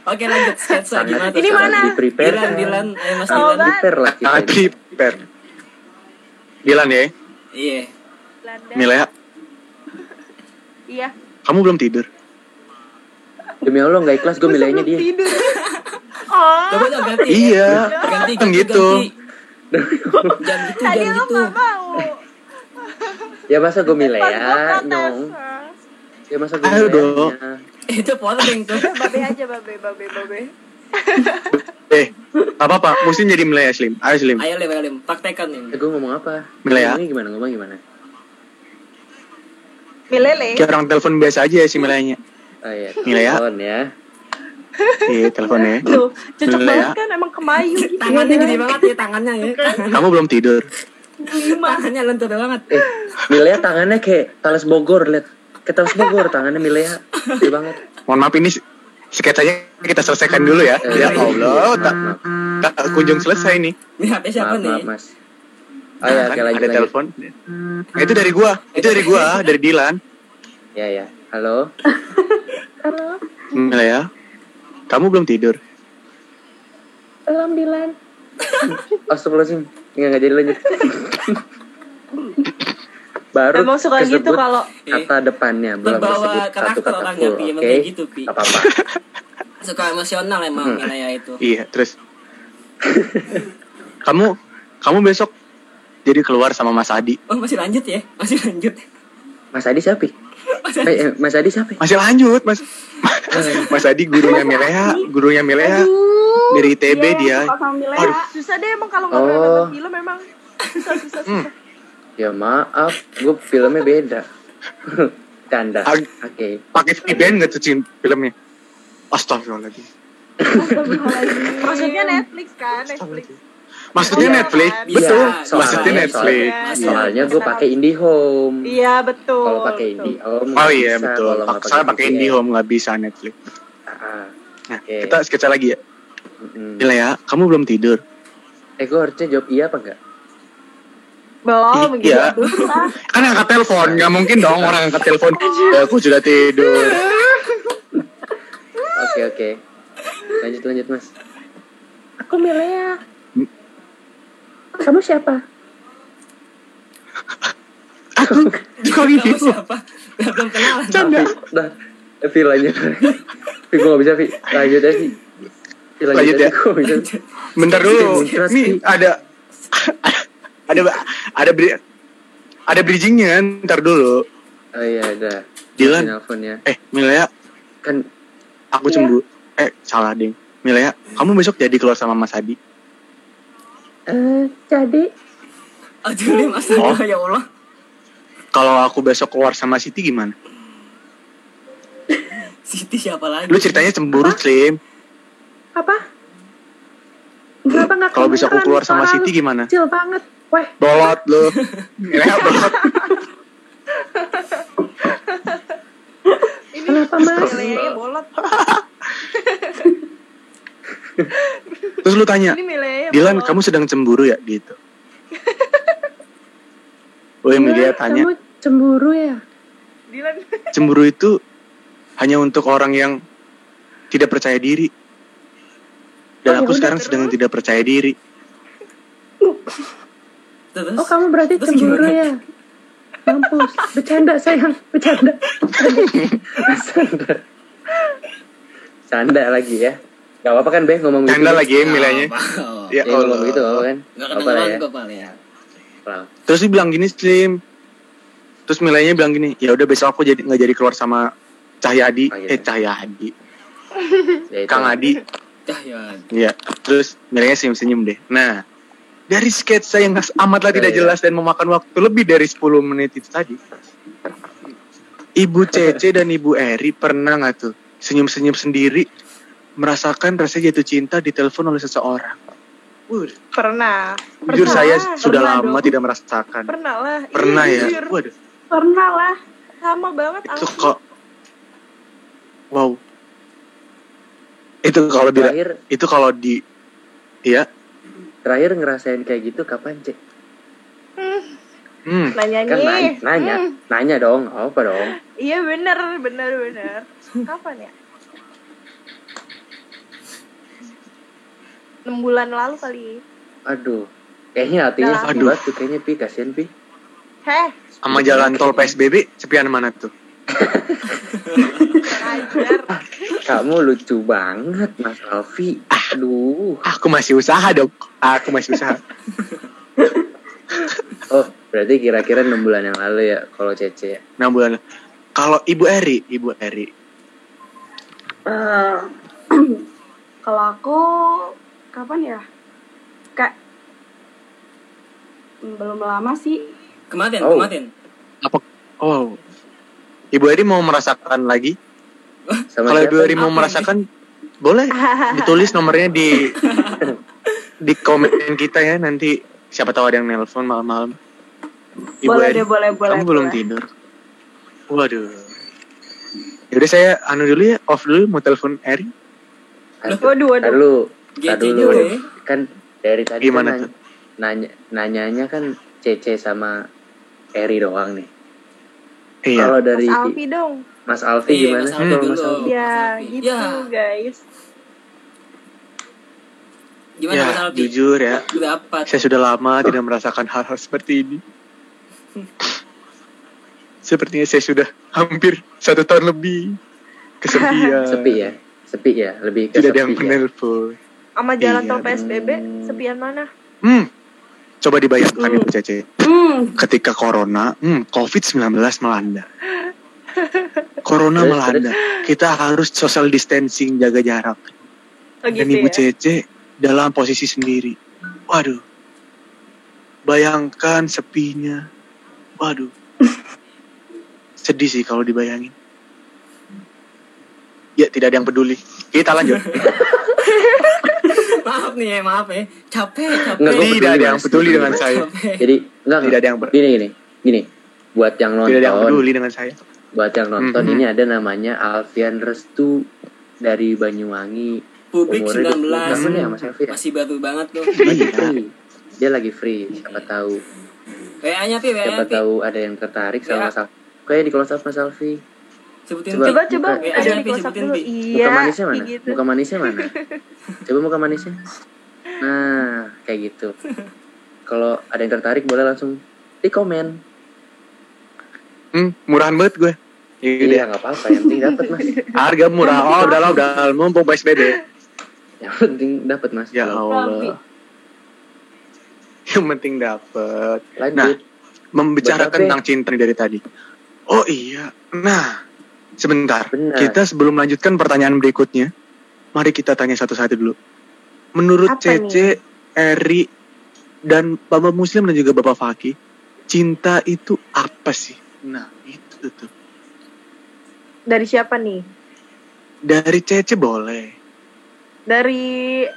A: Oke lanjut sketsa
B: Sangat-
A: gimana?
C: Ini
B: sangat
C: mana?
B: Di prepare.
A: Dilan, Dilan, ayo Mas
C: Oh,
A: Dilan.
C: Bang.
B: Prepare lah kita. ya.
E: Sangat prepare. Dilan ya,
A: Iya.
C: Belanda
E: Milea.
C: Iya
E: Kamu belum tidur.
B: Demi Allah nggak ikhlas gue milihnya dia.
C: tidur oh
A: Coba dong ganti.
E: Iya.
A: ya. Ganti
E: Kan
A: ganti,
E: gitu.
A: ganti. Jangan gitu,
C: tadi
A: jangan
C: lu
A: gitu.
C: gak mau
B: Ya masa gue
E: Iya,
B: milih
C: Pas gua
B: ya,
C: protes.
B: nyong.
C: Ah.
B: Ya masa gue
E: Ayo
B: milih
E: dong.
B: ya.
A: Itu poteng tuh.
C: babe aja babe babe babe
E: Eh, nggak apa-apa. Mesti jadi Milea Slim. Ayo Slim.
A: Ayo Lem, ayo Lem, praktekan nih.
B: Eh, gue ngomong apa?
E: Milea.
B: Ini gimana? Ngomong gimana?
C: Milele
E: Kayak orang telepon biasa aja ya si Mileanya.
B: Oh iya,
E: Milea.
B: telepon ya.
E: Iya, teleponnya.
C: Tuh, cocok
E: Milele. ya.
C: banget kan emang kemayu gitu.
A: Tangannya gede banget ya, tangannya ya.
E: Kamu belum tidur.
A: Tangannya lentur banget.
B: Eh, Milea tangannya kayak Tales Bogor, lihat. Kayak Tales Bogor tangannya Milea. Gede banget.
E: Mohon maaf ini sketsanya kita selesaikan dulu ya.
B: Eh,
A: iya.
E: Ya Allah, tak,
B: Maaf,
E: tak kunjung selesai nih.
A: Ini HP siapa
B: maaf,
A: nih?
B: maaf, mas. Oh
A: Iya,
B: ya,
E: Kan
B: oke lanjut,
E: ada
B: lanjut.
E: telepon. Nah, itu dari gua, itu dari gua, dari Dilan.
B: Ya, ya. Halo.
C: Halo,
E: Mila ya. Kamu belum tidur.
C: belum Dilan.
B: Astagfirullahaladzim. Enggak, enggak jadi lanjut. Baru
C: Emang suka gitu
B: kesebut
C: kalau
B: kata depannya belum
A: Terbawa
B: tersebut satu
A: karakter
B: kata
A: orangnya
B: full,
A: Pi,
B: oke?
A: emang kayak gitu Pi
B: Gak apa-apa.
A: Suka emosional emang
B: Hmm.
A: Minaya itu
E: Iya, terus. kamu kamu besok jadi keluar sama Mas Adi.
A: Oh masih lanjut ya? Masih lanjut
B: Iya. Mas Adi siapa?
A: Masih
B: Eh, eh, Mas Adi siapa?
E: Masih lanjut, Mas.
A: Eh.
E: Mas Adi gurunya Milea, gurunya Milea
C: aduh.
E: dari ITB
D: Iya,
E: dia.
D: suka sama Milea.
E: Aduh.
C: Susah deh emang kalau nggak
B: Oh.
C: pernah nonton film memang susah susah
E: Hmm.
C: susah.
B: Ya maaf, gue filmnya beda. Canda. Oke.
E: Ag- Pakai VPN nggak tuh Cin, filmnya? Astagfirullahaladzim.
A: Iya.
C: Maksudnya Netflix kan,
A: Oh,
C: Netflix.
E: Maksudnya
C: Iya,
E: Netflix,
C: kan?
E: betul.
A: Iya,
B: soalnya-
E: Maksudnya Netflix.
C: Iya.
B: Soalnya gue pakai IndiHome.
C: Iya betul.
B: Kalau pakai
C: betul.
B: IndiHome.
E: Oh
B: nggak
E: iya
B: bisa.
E: betul.
B: Kalau nggak
E: Paksa pakai
B: VPN.
E: IndiHome nggak bisa Netflix.
B: Ah,
E: Nah,
B: Oke.
E: kita sketsa lagi ya.
B: mm-mm.
E: Milea, kamu belum tidur.
B: Eh gue harusnya jawab iya apa enggak?
C: Belum gitu.
E: Iya. Kan angkat telepon, nggak mungkin dong orang angkat telepon. Ya, aku sudah tidur.
B: Oke oke. Lanjut lanjut mas.
C: Aku Milea. Kamu siapa?
E: Aku juga
A: Kamu
E: gitu.
A: siapa? Belum kenalan
E: Canda.
B: Dah. Eh, Vi lanjut. Vi gue nggak bisa Vi. Lanjut aja Vi. Vi,
E: Lanjut
B: aja,
E: ya.
B: gua nggak bisa.
E: Bentar dulu.
B: Skip, skip, skip.
E: Nih ada ada ada bri- ada bridgingnya ntar dulu.
B: Oh iya udah.
E: Dilan.
B: Nelfon ya.
E: Eh, Milea,
B: Kan
E: aku
D: Iya.
E: cemburu. Eh, salah ding. Milea, kamu besok jadi keluar sama Mas Adi.
C: Eh, jadi
A: Oh jadi mas
E: Oh.
A: ya Allah
E: Kalau aku besok keluar sama Siti gimana?
A: Siti siapa lagi?
E: Lu ceritanya cemburu, Slim.
C: apa? Kenapa nggak
E: Kalau bisa aku
C: kedengeran?
E: keluar sama
C: Suara
E: Siti
C: lu
E: gimana?
C: Kecil banget. Weh,
E: Bolot lu. Milea bolot.
C: kenapa mas?
E: Milea
C: bolot.
E: Terus lu tanya,
C: Oh, Ini Milea.
E: Dilan, kamu sedang cemburu ya gitu. Woi Milea tanya,
C: cemburu ya? Dilan.
E: cemburu itu hanya untuk orang yang tidak percaya diri.
C: Oh,
E: Dan
C: ya
E: aku
C: udah,
E: sekarang
C: terus?
E: sedang tidak percaya diri.
A: Terus
F: Oh kamu berarti
A: Terus
F: cemburu
A: gimana?
F: ya? Mampus, bercanda sayang, bercanda.
B: Sanda. Sanda lagi ya. Gak apa-apa kan Beh ngomong gitu.
E: Canda lagi ya Mileanya.
A: Oh,
E: Ya
B: Ya, ngomong
E: Allah.
B: gitu apa kan?
A: Gak
B: Apa lah
A: kedengeran
B: ya.
A: gue paling ya
B: Lah,
E: Terus dia bilang gini, Slim. Terus Milenya bilang gini, ya udah besok aku jadi nggak jadi keluar sama Cahyadi,
B: Oh, gitu.
E: eh Cahyadi,
B: ya itu.
E: Kang Adi.
A: Cahyan
E: Iya. Terus Milenya senyum-senyum deh. Nah, dari sketsa yang amatlah tidak
B: Iya.
E: jelas dan memakan waktu lebih dari 10 menit itu tadi. Ibu Cece dan Ibu Eri pernah nggak tuh senyum-senyum sendiri merasakan rasa jatuh cinta ditelepon oleh seseorang. Wuh,
C: Pernah.
E: jujur
C: Pernah,
E: saya sudah
D: pernah
E: lama
D: dong.
E: tidak merasakan.
C: Pernah lah. Iya,
E: Pernah ya.
C: jujur.
E: Waduh,
D: Pernah lah.
C: Lama banget.
E: itu
C: aku.
E: kok wow. Itu kalau di
B: Terakhir
E: itu kalau di ya,
B: terakhir ngerasain kayak gitu kapan cek?
E: hmm,
C: Nanya
B: Kan nanya,
C: nih.
E: ya.
B: nanya,
C: Hmm,
B: nanya dong. Apa dong?
C: Iya benar, benar, benar. Kapan ya? 6 bulan lalu kali.
B: Aduh. Kayaknya hatinya
C: Dalam.
B: sedih
E: Aduh.
B: banget tuh kayaknya Pi, kasihan Pi.
C: Heh,
E: sama jalan tol PSBB sepian mana tuh?
C: ajar.
B: Kamu lucu banget Mas Alfi. Aduh.
E: Aku masih usaha dong. Aku masih usaha.
B: Oh, berarti kira-kira 6 bulan yang lalu ya kalau Cece. ya?
E: 6 bulan. Kalau Ibu Eri, Ibu Eri.
D: Eh, kalau aku kapan ya? Kayak Hmm, belum lama sih.
A: Kemarin,
B: Oh.
A: kemarin
E: Apa? Oh. Ibu Eri mau merasakan lagi?
B: Sama
E: Kalau Ibu
B: siapa?
E: Eri mau
A: Apa
E: merasakan boleh ditulis nomornya di di komen kita ya nanti siapa tahu ada yang nelpon malam-malam. Ibu
D: boleh
E: Eri,
D: deh, boleh, boleh.
E: kamu belum
D: boleh.
E: tidur. Waduh. Yaudah saya anu dulu ya, off dulu mau telepon Eri.
D: Waduh, waduh.
B: Lalu
A: GG
B: Aduh,
A: juga
B: lu.
A: ya.
B: kan dari tadi
E: Gimana
B: kan
E: tuh?
B: nanya, nanya nanyanya kan Cece sama Eri doang nih.
E: Iya.
B: Kalau dari
C: Mas Alfi dong.
B: Mas Alfi
A: Iya,
B: gimana
A: Mas
B: Hmm. sih
A: Alfi
B: kalau Mas
A: dulu.
B: Alfi?
C: Ya,
A: Mas Alfi.
C: gitu
A: Ya.
C: guys.
A: Gimana
B: Iya,
E: Ya,
A: Mas Alpi?
E: jujur ya.
A: Dapat.
E: Saya sudah lama tidak merasakan hal-hal seperti ini. Sepertinya saya sudah hampir satu tahun lebih kesepian.
B: Sepi ya, sepi ya, lebih ke
E: Tidak ada yang
B: sepi ya.
E: menelpon.
C: Sama jalan tol
E: Iya,
C: PSBB, sepian mana?
E: Hmm. Coba dibayangkan ya, Cece.
D: Hmm,
E: Ketika corona, hmm, COVID-19 melanda. Corona
B: Terus,
E: melanda. Kita harus social distancing, jaga jarak.
C: Oh
E: dan
C: gitu
E: ibu
C: ya.
E: Cece dalam posisi sendiri. Waduh, bayangkan sepinya. Waduh, sedih sih kalau dibayangin. Ya tidak ada yang peduli. Kita lanjut.
A: Maaf nih ya, maaf ya. Capek,
B: Nggak,
A: capek.
B: gua-
E: tidak ada yang
B: Mas.
E: peduli dengan saya.
A: Capek.
B: Jadi enggak
E: Tidak ada yang ber-
B: gini gini gini buat yang
E: Tidak ada yang
B: nonton
E: peduli dengan saya.
B: buat yang nonton
E: Mhm.
B: ini ada namanya Alfian Restu dari Banyuwangi
A: Publik
B: umurnya 20 tahun ya
A: 19
B: Mas Alfi ya?
A: masih baru banget tuh.
B: lagi
E: Iya.
B: free dia lagi free siapa tahu
A: WA-nya Pi,
B: siapa
A: WA-nya Pi.
B: tahu ada yang tertarik
A: Ya.
B: sama Mas Alfi kayak di close up Mas Alfi
A: Sebutin Pi.
B: Coba-
C: Coba coba
B: Buka.
C: ada di
A: Ayo,
C: close up
A: sebutin,
C: dulu.
A: Bi.
C: Iya,
B: muka manisnya
C: kayak
B: mana
C: gitu.
B: muka manisnya mana coba muka manisnya nah kayak gitu kalau ada yang tertarik boleh langsung di komen
E: Hmm, murahan banget gue.
B: iya
E: Iya,
B: nggak apa-apa yang penting dapat mas
E: harga murah. Oh, udah lah, udah lah. mumpung PSBB.
B: yang penting dapat mas
E: Ya
D: Tapi-
E: Allah. Yang penting dapat.
B: lanjut
E: membicarakan
B: Betul, Pe.
E: tentang cinta nih dari tadi. Oh iya. Nah, sebentar.
B: Benar.
E: Kita sebelum melanjutkan pertanyaan berikutnya, mari kita tanya satu-satu dulu.
D: Apa
E: Menurut Cece, Eri, dan Bapak Muslim dan juga Bapak Faki, cinta itu apa sih? Nah, itu tuh.
C: Dari siapa nih?
E: Dari Cece boleh.
C: Dari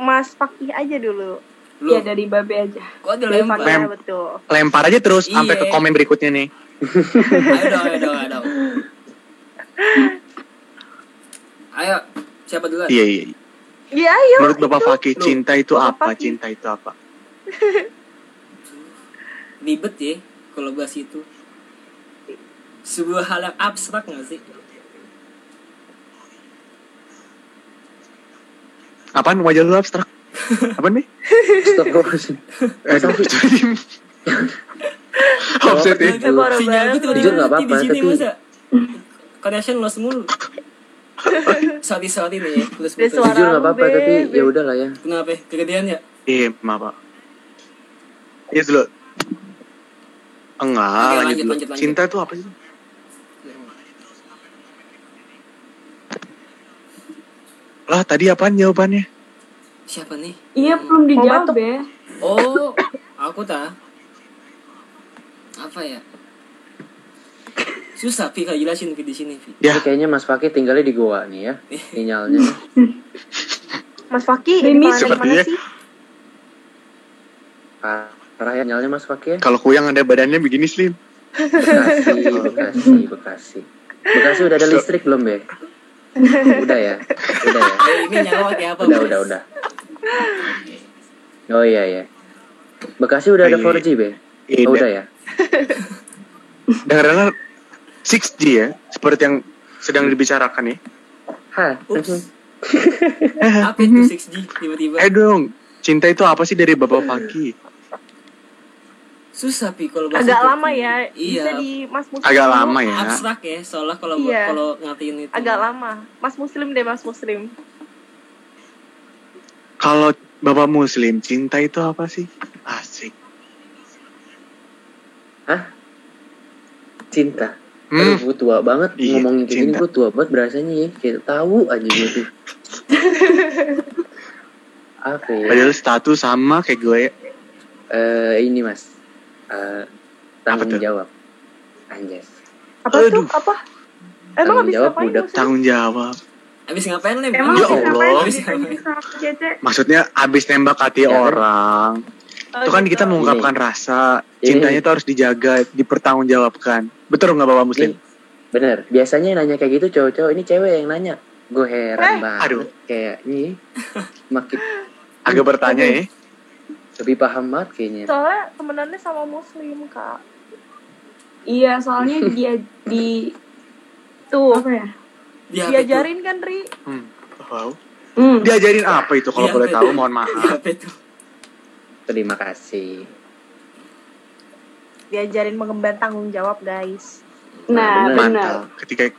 C: Mas Fakih aja dulu.
A: Lu,
D: ya dari babe aja.
A: kok
C: Dari
A: dilempar?
C: Fakih
E: Mem.
C: betul.
E: Lempar aja terus sampai
A: Iya.
E: ke komen berikutnya nih.
A: Ayo dong, ayo dong, ayo dong. Ayo, siapa duluan?
E: Iya, iya. iya.
C: Iya, ayo.
E: Menurut Bapak
C: itu.
E: Faki,
A: Lu,
E: cinta itu
C: Bapak
E: apa?
C: Faki.
E: Cinta itu apa?
A: ribet ya kalau bahas itu sebuah hal yang abstrak nggak sih
E: Apaan wajah lu abstrak? Apaan nih?
B: Astagfirullahaladzim.
E: Eh,
B: Mas Alfi.
E: jadi- Offset ya.
B: Itu baru
A: sinyal gue
C: banget.
A: tiba-tiba
B: Jujur nggak
A: mati di
B: apa-apa,
A: sini
B: tapi-
A: masa connection lost mulu sorry sorry nih ya terus putus
C: Dia suara-
B: jujur nggak apa-apa
C: lu,
B: tapi
C: Beb.
B: ya udahlah ya
A: kenapa ya? kegedean ya
E: Iya, maaf pak. Iya dulu. Enggak,
A: Oke,
E: lanjut,
A: lanjut,
E: dulu.
A: lanjut, lanjut.
E: Cinta itu apa sih? Lah, tadi apaan jawabannya?
A: siapa nih
D: Iya belum dijawab
C: batuk.
D: ya.
A: oh aku tak apa ya susah Pi kalau jelasin Pi di sini Pi
B: Ini
E: Ya,
B: kayaknya Mas Fakih tinggalnya di Goa nih ya sinyalnya
C: Mas Fakih,
D: Ini
C: ini mana
E: seperti
C: mana
E: ya.
C: sih?
B: parah ya sinyalnya Mas Fakih ya
E: Kalau kuyang ada badannya begini, Slim.
B: Bekasi Bekasi Bekasi Bekasi udah ada listrik belum ya udah ya udah ya
A: Eh, ini nyawa kayak apa
B: udah
A: Bos?
B: udah udah oh iya ya Bekasi udah ada
E: Ayo.
B: 4G be
E: Iya,
B: oh, udah ya
E: dengar 6G ya, seperti yang sedang dibicarakan ya.
B: Hah?
A: ups apa itu 6G tiba-tiba
E: Eh dong, cinta itu apa sih dari Bapak Pagi?
A: susah Pi kalau bahas
C: Agak
A: itu,
C: lama
A: Pi.
C: ya.
A: iya
C: Bisa di Mas Muslim.
E: Agak
C: dulu.
E: lama ya.
A: abstrak ya seolah kalau
C: Iya.
A: kalau ngatiin itu
C: Agak lama. Mas Muslim deh, Mas Muslim.
E: Kalau Bapak Muslim, cinta itu apa sih? Asik.
B: cinta Aduh,
E: Hmm,
B: gue tua banget
E: Iya,
B: ngomongin kayak gini
E: cinta.
B: gue tua banget berasanya ya kayak tahu aja gitu apa ya
E: padahal status sama kayak gue.
B: Eh, ini mas Eh, tanggung
E: Apa tuh?
B: jawab anjas
C: Apa
E: Aduh.
C: tuh? Apa? Emang
B: Tanggung
C: habis
B: jawab
C: ngapain
B: budak.
C: maksudnya?
E: Tanggung jawab.
A: abis ngapain lem Iya
D: Emang
E: Ya
D: habis ngapain
E: Allah.
A: Abis
D: sih
A: ngapain?
D: tadi sama Cece?
E: Maksudnya abis nembak hati
B: Ya kan?
E: orang.
C: Oh,
E: Itu kan
C: gitu.
E: kita mengungkapkan rasa.
B: Ini.
E: Cintanya itu harus dijaga, dipertanggungjawabkan. Betul nggak Bapak Muslim?
B: Ini- Bener, biasanya yang nanya kayak gitu cowok-cowok ini cewek yang nanya. Gue heran banget.
E: aduh.
B: Kayak ini makin
E: Agak bertanya ya.
B: lebih paham banget kayaknya.
C: Soalnya temenannya sama muslim, Kak.
D: Iya, soalnya dia di
C: Tuh,
D: apa ya?
A: Di HP tuh.
C: diajarin kan, Ri?
E: Hmm. Wow.
D: Hmm.
E: Diajarin apa itu kalau
A: Iya,
E: boleh
A: betul.
E: tahu? Mohon maaf.
A: Di HP tuh.
B: Terima kasih.
C: Diajarin mengemban tanggung jawab, guys.
D: Nah, benar.
E: Mantap. Ketika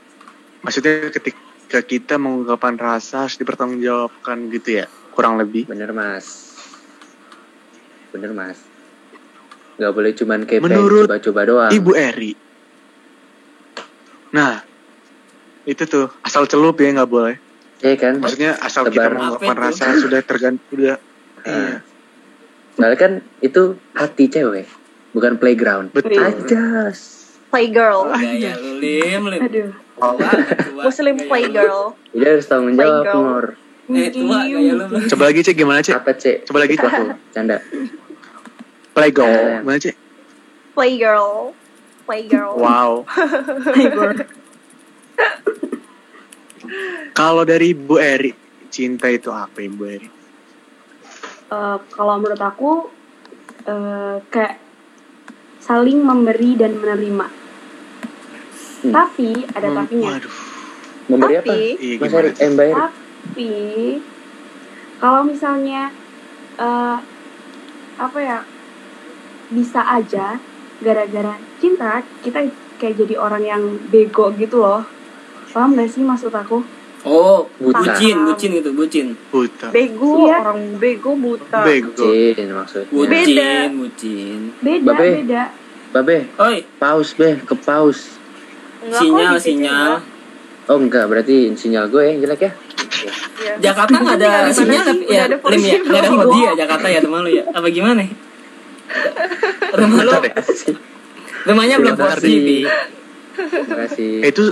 E: maksudnya ketika kita mengungkapkan rasa harus dipertanggungjawabkan gitu ya. Kurang lebih.
B: Bener mas. Bener mas. Gak boleh cuman kepo
E: Menurut
B: coba-coba doang.
E: Ibu Eri. Nah, itu tuh asal celup ya nggak boleh.
B: Iya kan?
E: Maksudnya asal
B: Tebar.
E: kita mengungkapkan
A: Apa itu?
E: rasa sudah eh, tergantung udah
B: Nah, Soalnya kan itu hati cewek, bukan playground.
E: betul.
B: Ajas.
A: Oh,
C: Playgirl.
A: Gaya lu lim lim.
D: Aduh.
A: Tua, tua.
C: Muslim
A: Gaya lu.
C: playgirl.
B: Jadi harus tanggung jawab,
C: Playground.
B: Mor.
A: Eh tua gaya lu. Bang.
E: Coba lagi cek gimana cek?
B: Apa, Cek?
E: Coba lagi cek.
B: Wah, canda.
E: Playgo.
B: Eh.
E: Gimana cek?
C: Playgirl. Playgirl.
E: Wow. Kalau dari Bu Eri, cinta itu apa Ibu Eri?
D: Eh, kalau menurut aku eh, kayak saling memberi dan menerima.
B: Hmm.
D: Tapi ada
E: Hmm,
D: tapinya.
E: Waduh.
B: Memberi apa?
C: Tapi,
E: Iya
B: Mas
E: gimana?
B: Eri, eh, Mbak Eri.
D: Tapi kalau misalnya eh, apa ya bisa aja gara-gara cinta kita kayak jadi orang yang bego gitu loh. Paham gak sih maksud aku?
A: Oh,
B: Buta.
A: bucin, bucin itu, bucin.
E: Buta.
C: bego.
D: Iya.
C: Orang bego buta.
E: Bego.
B: Jin maksudnya.
C: Budi.
A: Bucin, bucin.
D: Beda,
B: Babe.
D: beda.
B: Babe,
A: Oi,
B: paus be, ke paus.
C: Enggak kok, gitu
A: sinyal,
C: di sini
A: sinyal.
C: enggak.
B: Oh enggak, berarti sinyal gue yang jelek ya?
C: Iya.
A: Jakarta nggak ada
C: Gimana sih?
A: sinyal tapi
C: Udah
A: ya
C: ada
A: lim ya,
C: polisi
A: nggak ada
C: belum?
A: hodi ya Jakarta ya teman lu ya. Apa gimana? Rumah lu,
E: Buta deh.
A: rumahnya belum
B: Terima
A: polisi.
B: kasih.
A: Bi.
B: Terima kasih.
E: Eh, Itu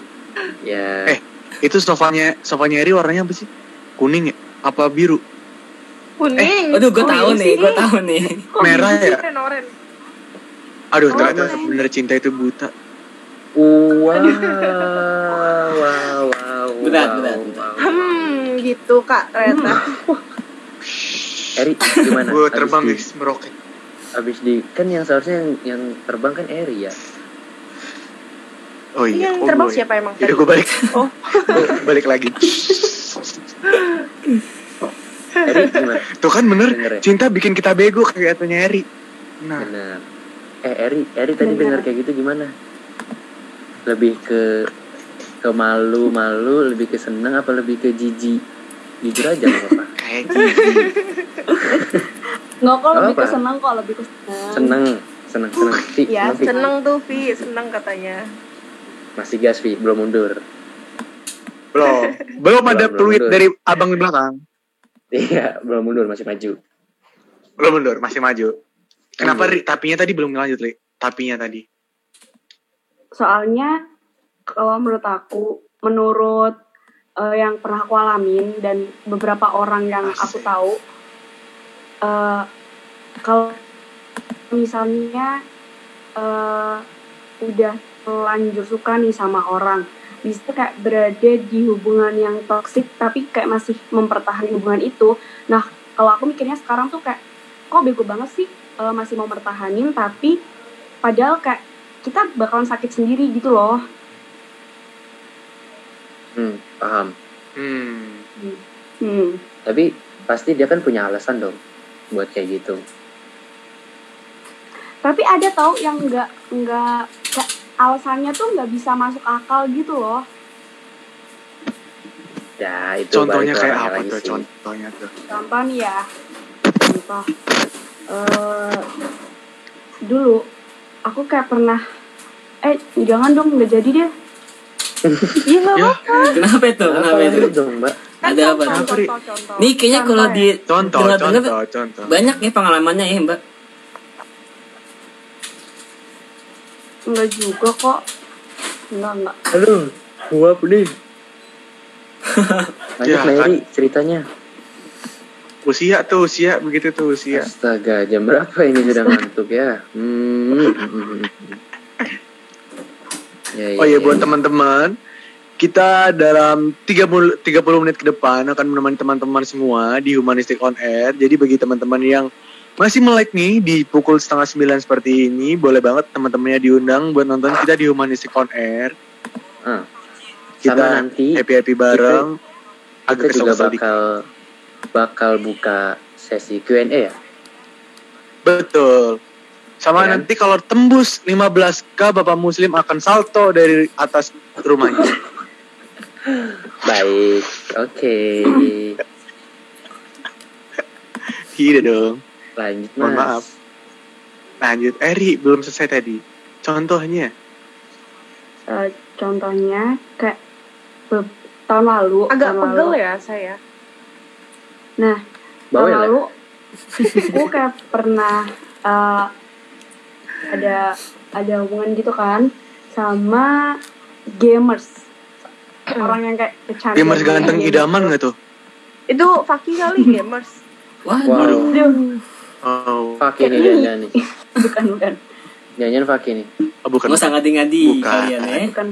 B: Ya,
E: eh. itu sofanya sofanya Eri warnanya apa sih? Kuning ya? Apa biru?
C: Kuning.
A: Aduh, gue
D: Oh,
A: tahu
D: iya
A: nih,
D: sih.
A: gue tahu nih.
C: Kok
E: merah
C: gitu sih,
E: ya?
C: Renoren?
E: Aduh,
D: Oh,
E: ternyata
D: kuning.
E: bener cinta itu buta.
B: wow, wow, wow, wow,
A: Berat, berat, berat.
C: Hmm, gitu Kak Reta.
E: Hmm.
B: Eri gimana?
E: Gue
B: Abis
E: terbang
B: di-
E: guys, meroket.
B: Abis di kan yang seharusnya yang, yang terbang kan Eri ya.
E: Oh iya.
C: Yang
E: oh,
C: terbang
E: gua ya.
C: siapa emang
E: Jadi
C: tadi?
E: gue balik.
C: Oh.
E: Gua balik lagi.
B: Eri gimana?
E: Tuh kan bener,
B: Bener ya?
E: cinta bikin kita bego katanya Eri. Nah,
B: Benar. Eh Eri, Eri tadi
D: Benar.
B: dengar kayak gitu gimana? Lebih ke ke malu malu, lebih ke seneng apa lebih ke jijik? Jujur aja nggak apa-apa.
E: kayak gini.
D: Nggak kok lebih
B: apa-apa.
D: ke seneng kok lebih ke seneng.
B: Seneng, seneng, seneng. Ti,
D: Iya,
B: seneng, Ti.
C: Ya, Seneng tuh Vi, seneng katanya.
B: Masih gas Vi, belum mundur.
E: Belum. Belum
B: Belum,
E: ada
B: belum,
E: peluit
B: belum.
E: dari abang di belakang.
B: Iya, belum mundur masih maju.
E: Belum mundur, masih maju. Kenapa
B: Hmm.
E: Ri? Tapinya tadi belum lanjut, Ri. Tapinya tadi.
D: soalnya kalau menurut aku menurut eh, yang pernah aku alamin dan beberapa orang yang aku
E: Asik.
D: tahu eh, kalau misalnya eh, udah lanjut suka nih sama orang bisa kayak berada di hubungan yang toksik tapi kayak masih mempertahankan hubungan itu nah kalau aku mikirnya sekarang tuh kayak kok bego banget sih eh, masih mau mempertahanin tapi padahal kayak kita bakalan sakit sendiri gitu loh.
B: Hmm, paham.
E: Hmm.
D: Hmm.
B: Tapi pasti dia kan punya alasan dong buat kayak gitu.
D: Tapi ada tau yang nggak nggak nggak- alasannya tuh nggak bisa masuk akal gitu loh.
B: Ya, itu
E: Contohnya
B: balik ke
E: kayak
B: orangnya
E: apa
B: lagi
E: tuh?
B: sih.
E: Contohnya tuh.
D: Contoh nih ya, contoh eh, dulu aku kayak pernah eh jangan dong nggak jadi deh.
C: Iya nggak
E: Ya.
C: apa-apa.
A: Kenapa itu? Kenapa
B: Kenapa
A: itu?
B: itu dong, Mbak?
C: Kan
A: Ada apa?
C: contoh,
E: Apa, Ri?
C: contoh, contoh.
A: Nih kayaknya kalau
C: Contoh
A: di
E: Contoh,
A: dengar-dengar
E: contoh, contoh.
A: banyak ya pengalamannya ya Mbak.
D: Nggak juga kok. Nggak nggak.
B: Aduh, nguap nih. Lanjut
E: Ya,
B: Mbak
E: kan.
B: Eri, ceritanya.
E: Usia tuh, usia. Begitu tuh, usia.
B: Astaga, jam berapa ini sudah ngantuk ya? Hmm. Ya,
E: Oh iya buat teman-teman, kita dalam 30 30 menit ke depan akan menemani teman-teman semua di Humanistic on Air. Jadi bagi teman-teman yang masih melek nih di pukul setengah sembilan seperti ini, boleh banget teman-temannya diundang buat nonton kita di Humanistic on Air.
B: Ah.
E: Kita
B: Sama nanti
E: happy happy bareng. Agak
B: kita juga
E: kesel dikit.
B: bakal bakal buka sesi Q&A ya.
E: Betul.
B: Ya
E: Sama
B: kan?
E: nanti kalau tembus 15k Bapak Muslim akan salto dari atas rumahnya.
B: Baik, oke.
E: Tidak dong.
B: Lanjut mas.
E: Mohon maaf. Lanjut, Eri belum selesai tadi. Contohnya,
D: Eh, contohnya kayak be- tahun lalu
C: Agak
D: tahun
C: pegel
D: lalu.
C: ya saya.
D: Nah,
B: Bawel
D: tahun
B: ya?
D: lalu aku kayak pernah eh, ada ada hubungan gitu kan sama gamers. Orang yang kayak gitu, kecanduan
E: gamers
D: main
E: ganteng
D: game.
E: idaman gak tuh?
C: Itu Faki kali gamers.
B: Wow.
A: Waduh.
E: Oh,
B: Fakih nih jangan nih.
D: Bukan, bukan.
B: Jangan Fakih nih.
E: oh, bukan.
A: Nggak usah ngadi-ngadi
E: Bukan.
A: kalian ya.
D: Bukan.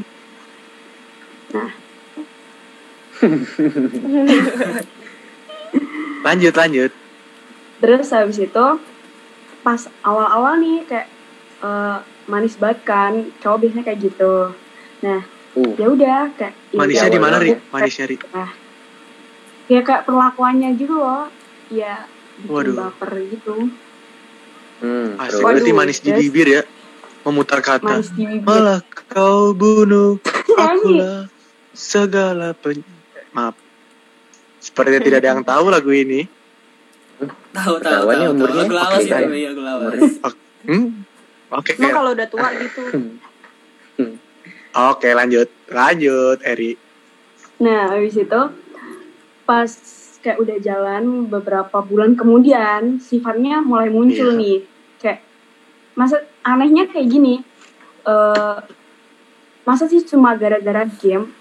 E: Lanjut, lanjut.
D: Terus habis itu pas awal-awal nih kayak eh, manis banget kan, cowok biasanya kayak gitu. Nah,
B: Uh.
D: ya udah kayak ya
E: Manisnya
D: udah,
E: di mana,
D: aku
E: Ri?
D: kayak-
E: Manisnya, Ri.
D: Nah, Ya kayak perlakuannya gitu loh. Ya bikin
E: Waduh.
D: baper gitu.
B: Hmm,
E: Asli,
B: terus.
D: Waduh,
E: berarti manis di
D: guys.
E: bibir ya. Memutar kata.
D: Manis di bibir.
E: Nah, Malah kau bunuh
D: Nyanyi.
E: akulah segala pen... Maaf. Sepertinya tidak ada yang tahu lagu ini.
A: Tahu tahu
B: Ketahuan
A: tahu.
B: ya
A: tahu.
B: umurnya.
A: Lagu lawas
B: Oke,
A: itu,
B: tahu.
A: iya, lagu lawas.
B: Umurnya.
E: Hmm? Oke,
C: Emang kalau udah tua gitu.
E: oke lanjut. Lanjut, Eri.
D: Nah, habis itu pas kayak udah jalan beberapa bulan kemudian sifatnya mulai muncul
E: Iya.
D: nih. Kayak masa anehnya kayak gini. eh masa sih cuma gara-gara game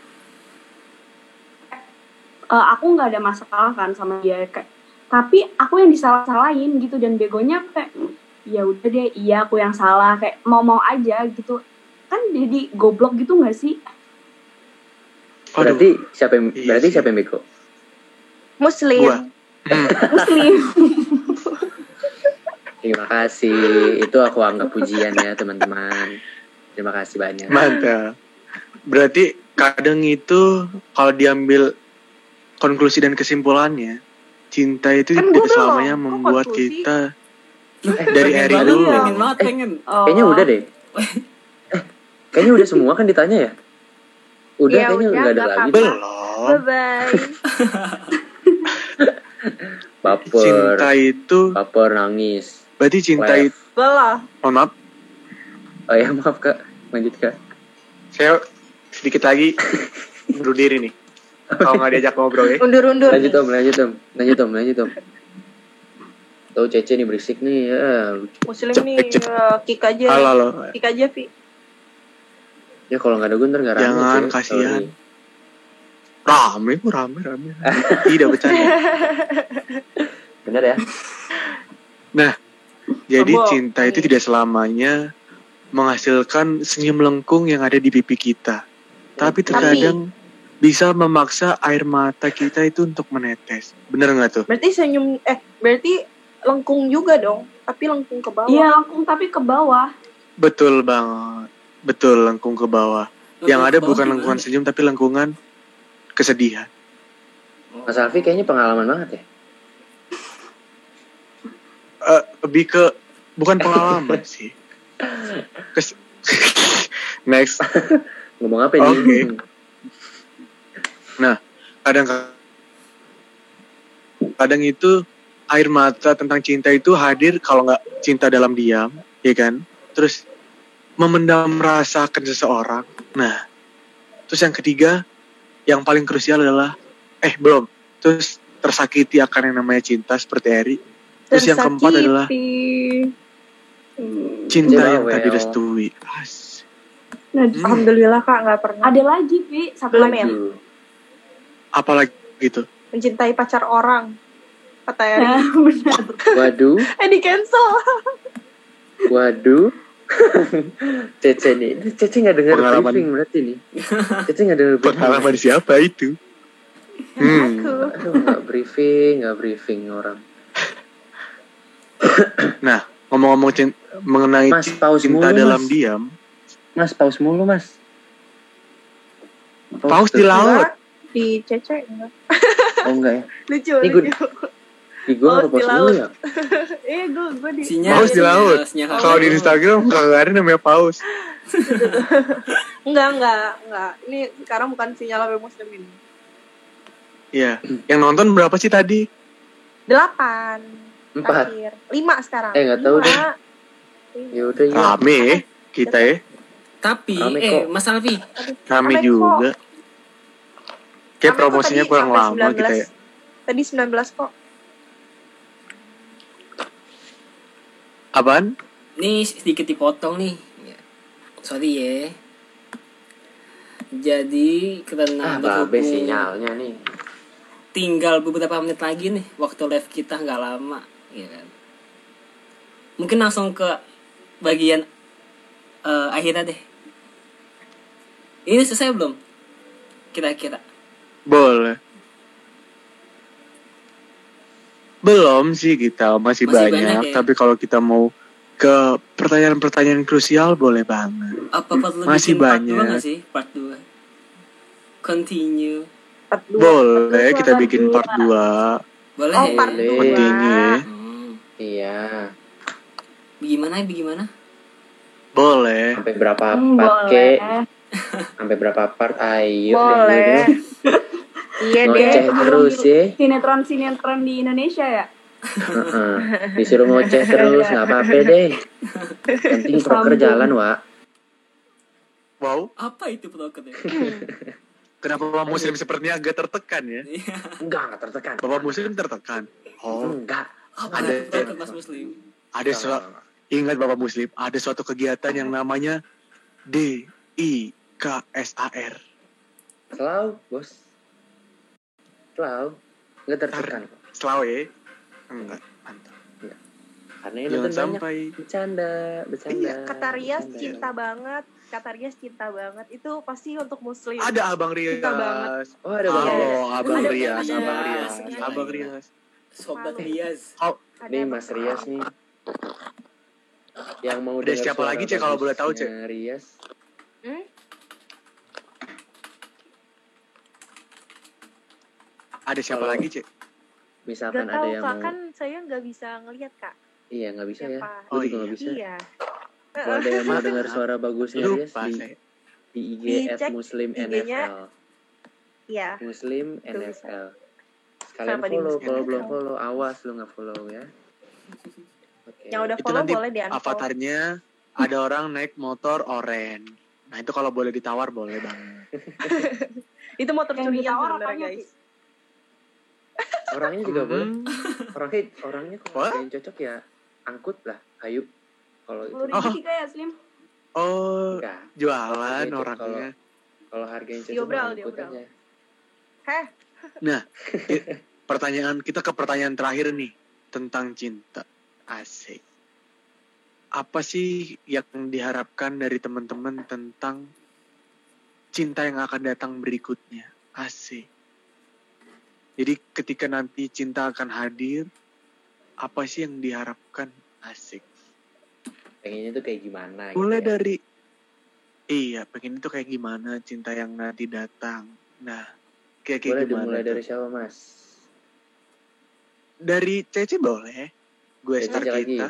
D: eh, aku nggak ada masalah kan sama dia kayak tapi aku yang disalah-salahin gitu dan begonya aku kayak ya udah deh iya aku yang salah kayak mau-mau aja gitu kan jadi goblok gitu nggak sih
E: Aduh,
B: Berarti siapa yang
E: Iya
B: berarti
E: sih.
B: siapa yang beko?
C: Muslim.
E: gua. Hmm.
D: muslim
B: Terima kasih. Itu aku anggap pujian ya, teman-teman. Terima kasih banyak.
E: Mantap. Berarti kadang itu kalau diambil konklusi dan kesimpulannya, cinta itu
C: Kan gua
E: tidak
C: belum.
E: selamanya
C: Gua
E: membuat
C: konklusi.
E: kita
B: Eh,
A: kan
E: dari Eh,
A: Pengen
E: Eri
A: banget,
E: dulu.
A: Pengen banget pengen.
D: Oh.
B: Kayaknya udah deh. Eh, kayaknya udah semua kan ditanya ya? Udah
C: Ya
B: kayaknya
C: udah,
B: nggak ada
C: nggak
B: lagi.
C: apa-apa.
E: Belum.
C: Bye bye.
B: Baper,
E: Cinta itu
B: baper nangis.
E: berarti cinta
B: Wah.
E: itu
C: Belah.
E: mohon maaf,
B: Oh ya maaf kak, lanjut kak.
E: saya sedikit lagi undur diri nih. Kalau nggak diajak ngobrol ya.
C: Undur-undur.
B: Lanjut
C: nih.
B: om, lanjut om, lanjut om, lanjut om. Tuh Cece nih berisik nih ya.
C: Muslim
E: Cep,
C: nih
E: cep.
C: eh, kick aja.
E: Halo, halo.
C: Kick aja, Pi.
B: Ya kalau nggak ada gue ntar nggak rame.
E: Jangan,
B: cuy.
E: kasihan.
B: Sorry.
E: Rame, kok rame, rame. Tidak bercanda.
B: Bener ya?
E: Jadi
C: Sombong.
E: cinta itu tidak selamanya menghasilkan senyum lengkung yang ada di pipi kita. tapi terkadang bisa memaksa air mata kita itu untuk menetes. Bener nggak tuh?
C: Berarti senyum eh berarti lengkung juga dong, tapi lengkung ke bawah.
D: Iya, langsung tapi ke bawah.
E: Betul banget. Betul lengkung ke bawah. Yang ada bukan lengkungan senyum tapi lengkungan kesedihan.
B: Mas Alfi kayaknya pengalaman banget ya.
E: Eh, lebih ke bukan pengalaman sih. Kes- Next.
B: Ngomong apa ini? Hmm.
E: Oke. Kadang kadang itu air mata tentang cinta itu hadir kalau nggak cinta dalam diam, ya kan? Terus memendam rasa ke seseorang. Nah, terus yang ketiga, yang paling krusial adalah eh belum. Terus tersakiti akan yang namanya cinta seperti Eri. Terus yang keempat adalah
C: Tersakiti. Hmm.
E: cinta yang
B: Jerawel.
E: tak direstui. As-
D: Nah,
E: Hmm,
C: Alhamdulillah Kak nggak pernah
D: ada lagi, Pi. Satu
C: Belum
D: lagi.
C: ya?
B: Aduh.
E: apalagi gitu.
C: mencintai pacar orang. Kata Eri.
D: Nah, benar.
B: Waduh,
C: Eh di cancel.
B: waduh, Cece nih. Ini Cece nggak dengar
E: Pengalaman.
B: briefing berarti nih. Cece nggak dengar briefing.
E: Pengalaman siapa itu? Hmm.
C: Aku.
B: Aduh, nggak briefing, nggak briefing orang.
E: Nah, ngomong-ngomong cin- mengenai
B: Mas, paus
E: cinta
B: mulu,
E: dalam
B: Mas.
E: diam,
B: Mas paus mulu mas.
E: paus
B: tuh.
E: di laut.
C: Di Cece enggak.
B: Oh enggak ya.
C: Lucu,
B: Ini gua-
C: lucu.
B: Di gua
C: Paus
B: apa paus
C: di
B: mulu
C: laut.
B: ya.
C: Eh, gue gue di
A: Sinyal,
E: Paus di
A: sinyal,
E: laut.
A: sinyal.
E: Kalau di Instagram nggak ada namanya paus.
C: Enggak, enggak, enggak. Ini sekarang bukan sinyal sampai muslim ini.
E: Iya. Yang nonton berapa sih tadi?
C: Delapan.
B: Empat.
C: Terakhir. Lima sekarang.
B: Eh, nggak tahu
C: Lima.
B: deh. Ya udah ya.
E: Rame ya, kita ya.
A: Tapi,
B: Rame
A: eh,
B: kok.
A: Mas Alfi,
E: Rame
C: Rame kok.
E: juga. Kayak
C: Tapi kok
E: promosinya
C: tadi
E: kurang
C: sampai
B: gitu
E: lama kita ya.
C: 19. Tadi 19 kok.
E: Apaan?
A: Ini sedikit dipotong nih. Ya. Sorry ya. Jadi
B: Ah,
A: karena
B: babe
A: berhubung
B: sinyalnya nih.
A: tinggal beberapa menit lagi nih waktu live kita nggak lama, ya kan. Mungkin langsung ke bagian eh, akhirnya deh. Ini selesai belum? Kira-kira.
E: Boleh. Belum sih kita masih,
A: Masih
E: banyak,
A: banyak ya.
E: tapi kalau kita mau ke pertanyaan-pertanyaan krusial boleh banget.
A: Apa perlu
E: Masih
A: bikin part dua
E: banyak.
A: nggak sih? Part 2. Continue.
C: Part dua.
E: boleh
C: Part
E: kita
C: dua,
E: bikin
C: part
E: part 2.
A: Boleh.
C: Oh,
A: ya?
C: part
B: Boleh.
C: dua.
E: Penting ya.
A: Hmm.
B: Iya.
A: Bagaimana? Bagaimana?
E: Boleh.
B: Sampai berapa
D: Hmm,
B: part
D: boleh.
B: kek? Sampai berapa part? Ayo. deh,
C: Boleh. Iya
B: dulu.
C: deh.
B: Ngoceh terus ya.
D: Sinetron-sinetron di Indonesia ya?
B: Heeh. Disuruh ngoceh terus nggak apa-apa deh. Penting proker
D: Sambung.
B: jalan, Wak.
E: Wow,
A: Apa itu ya? proker?
E: kenapa Bapak Muslim sepertinya agak tertekan ya?
B: Iya. Enggak, enggak tertekan.
E: Bapak Muslim tertekan. Oh,
B: Enggak.
A: Apa itu
E: Ada-
A: proker Mas Muslim?
E: ada suatu ingat Bapak Muslim, ada suatu kegiatan yang namanya D I K S A R.
B: Selalu, bos. Selalu. Enggak tertekan. kok.
E: Selawe. Enggak. Mantap.
B: Karena ini nonton
E: Jangan
B: Iya, banyak
E: sampai
B: bercanda, bercanda.
C: Iya, kata Rias
B: bercanda.
C: cinta banget. Kata Rias cinta banget. Itu pasti untuk muslim.
E: ada Abang Rias.
C: Cinta banget.
B: Oh, ada
C: Iya.
B: Iya, banget.
E: Halo, Abang
A: Ada
E: Rias,
A: Abang
E: Abang
A: Rias.
E: Rias, Abang
A: Gila,
E: Rias.
A: Sobat
C: Malu.
A: Rias.
C: Ada
B: Nih
C: yang-
B: Mas Rias nih. Yang mau
E: Udah siapa lagi, Cek, kalau boleh tahu, Cek?
B: bagusnya Rias.
C: Hmm?
E: Ada
B: iya.
E: siapa
B: Halo.
E: lagi, Cek?
B: Misalkan
C: Gak
B: ada
C: tahu
B: yang
C: kak,
B: mau
C: kan saya nggak bisa ngelihat kak.
B: Iya, nggak bisa ya.
C: Siapa?
B: Gue
E: Oh,
B: juga nggak
E: iya.
B: bisa.
C: Iya.
B: Kalau ada yang mau
E: Maaf.
B: dengar suara bagusnya Rias
E: Lupa
B: di,
E: saya.
B: di IG at
C: Dicek
B: Muslim
C: IG-nya.
B: NFL.
C: Iya.
B: Muslim
C: Itu bisa.
B: NFL. Sekalian
C: Kenapa di
B: follow,
C: Muslim
B: kalau belum
C: NFL?
B: follow awas lu nggak follow ya. Oke.
C: Yang Ya udah
E: Itu
C: follow
E: nanti
C: boleh di unfollow.
E: Avatarnya ada orang naik motor oren. Nah, itu kalau boleh ditawar boleh banget.
C: Itu motor
D: Yang
C: curian
D: ditawar
C: sebenarnya
D: apanya,
C: guys.
B: Orangnya juga boleh.
E: Hmm.
B: Orangnya orangnya kalau
E: Wah.
B: ada yang cocok ya angkut lah, kayu. Kalau itu
D: Sepuluh ribu juga ya, Slim?
E: Oh,
B: enggak. Oke,
E: jualan
B: Cek,
E: orangnya.
B: Kalau harganya cocok
C: Diobral,
B: mah angkut
C: diobral.
B: aja.
C: Heh,
E: Pertanyaan kita ke pertanyaan terakhir nih tentang cinta. Asik. Apa sih yang diharapkan dari teman-teman tentang cinta yang akan datang berikutnya? Asik. Jadi ketika nanti cinta akan hadir, apa sih yang diharapkan? Asik.
B: Pengennya tuh kayak gimana gitu.
E: Mulai
B: ya.
E: dari iya, pengen itu kayak gimana cinta yang nanti datang. Nah, kayak kayak
B: Boleh
E: gimana?
B: dimulai
E: tuh?
B: dari siapa, Mas?
E: dari Cece boleh. Gue
B: Dari
E: start
B: Cece lagi.
E: kita.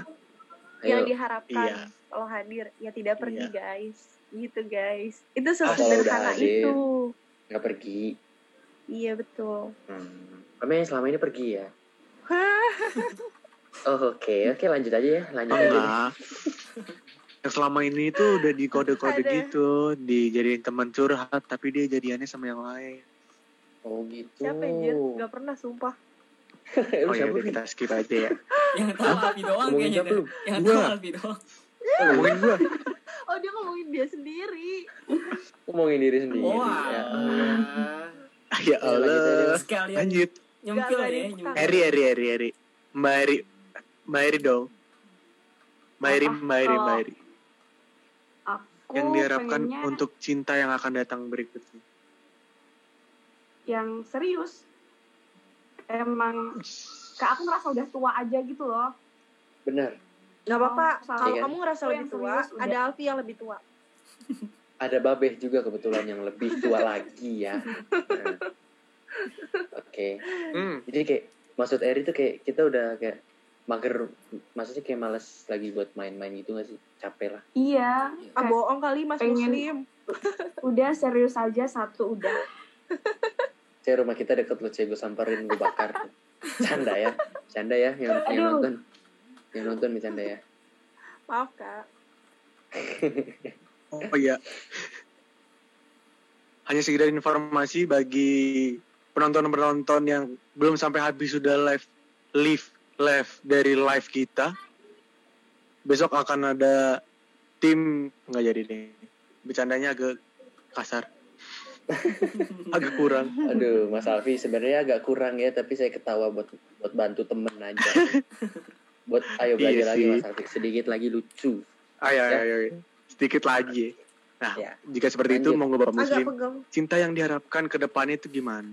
C: yang
B: Ayo.
C: diharapkan
E: Iya.
C: kalau hadir ya tidak pergi
E: Iya.
C: guys. Gitu guys. Itu
E: Asal
B: udah
C: sederhana
B: hadir.
C: itu.
B: nggak pergi.
C: Iya betul.
B: Hmm. Kami yang selama ini pergi ya.
C: Hah,
B: Oh, oke, oke lanjut aja ya, lanjut aja. deh.
E: Enggak. Yang selama ini tuh udah di kode-kode
C: Ada.
E: gitu, dijadiin teman curhat, tapi dia jadiannya sama yang lain.
B: Oh gitu.
C: siapa anjir? Gak pernah sumpah.
B: Eh, lu
E: Oh
B: siapa
E: ya udah
B: sih?
E: kita skip aja ya.
A: Yang tahu Alfi doang
B: Ngomongin
A: kayaknya.
B: siapa lu?
A: deh. Yang tahu
E: Gua.
A: Alfi doang.
E: Ngomongin gue.
C: Oh dia ngomongin dia sendiri.
B: Ngomongin diri
E: Iya.
B: sendiri.
E: Oh,
A: Wow.
B: Ya. Allah.
E: Ya
B: Ayo, Iya, lanjut,
E: Allah.
B: lanjut.
A: Sekalian
E: Lanjut.
A: nyempil
C: Gak
A: ya,
C: ada
A: nyempil.
C: yang
E: Eri, Eri, Eri, Eri. Mbak Eri. Mbak Eri dong. Mbak Eri, Mbak Eri, Mbak Eri.
D: aku
E: yang diharapkan
D: pengennya
E: untuk cinta yang akan datang berikutnya.
D: yang serius emang kayak aku ngerasa udah tua aja gitu loh
B: Benar.
C: Gak apa-apa.
D: Oh, salah.
C: Kalau
E: kan?
B: Iya.
C: kamu ngerasa
D: Aku yang
C: lebih tua,
D: serius udah.
C: ada Alfi yang lebih tua.
B: Ada babeh juga kebetulan yang lebih tua lagi ya. Nah. Oke.
E: Hmm,
B: Jadi kayak maksud Eri tuh kayak kita udah kayak mager maksudnya kayak males lagi buat main-main gitu gak sih? Capek lah.
D: iya
C: Ah,
D: kayak
C: bohong kali Mas
D: Pengen.
C: Muslim.
D: udah serius aja satu udah
B: Saya rumah kita deket loh, saya gue samperin gue bakar. Canda ya. Canda ya yang, yang
D: Aduh.
B: nonton. Yang nonton bercanda ya.
C: Maaf, Kak.
E: oh iya. Hanya sekedar informasi bagi penonton-penonton yang belum sampai habis sudah live, live, live dari live kita. Besok akan ada tim nggak jadi deh. Bercandanya agak kasar, agak kurang.
B: Aduh, Mas Alfi sebenarnya agak kurang ya, tapi saya ketawa buat buat bantu temen aja. buat ayo belajar
E: Iya
B: lagi
E: sih.
B: Mas Alfi, sedikit lagi lucu.
E: Ayo, ayo, ayo, ayo. sedikit lagi. Nah,
B: Ya.
E: jika seperti itu
B: Lanjut.
E: mau
C: Agak
E: Bapak Muslim,
C: pegel.
E: cinta yang diharapkan ke depannya itu gimana?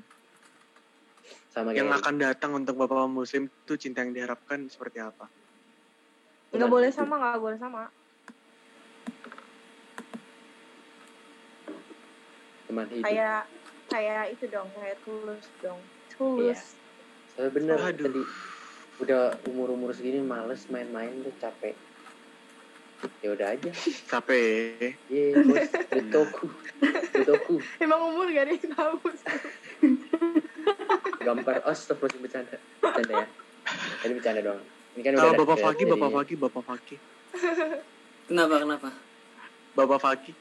B: Sama
E: yang
B: kayak
E: akan datang untuk bapak muslim itu cinta yang diharapkan seperti apa
C: Nggak boleh sama, nggak boleh sama.
B: teman
E: Gitu.
B: hidup.
C: Kayak kayak itu dong, kayak tulus dong. Tulus.
B: Soalnya Eh, bener
E: Aduh.
B: tadi udah umur-umur segini males main-main tuh capek. Ya udah aja.
E: capek
B: Ye, bos, butoku. Butoku.
C: Iya. Emang umur gak ada yang tahu.
B: Gampar astagfirullahaladzim bercanda. Bercanda ya. Tadi bercanda doang. Ini kan udah
E: kalau bapak
B: dari-
E: Fakih
B: dari-
E: bapak Fakih bapak Fakih
A: Kenapa kenapa?
E: bapak Fakih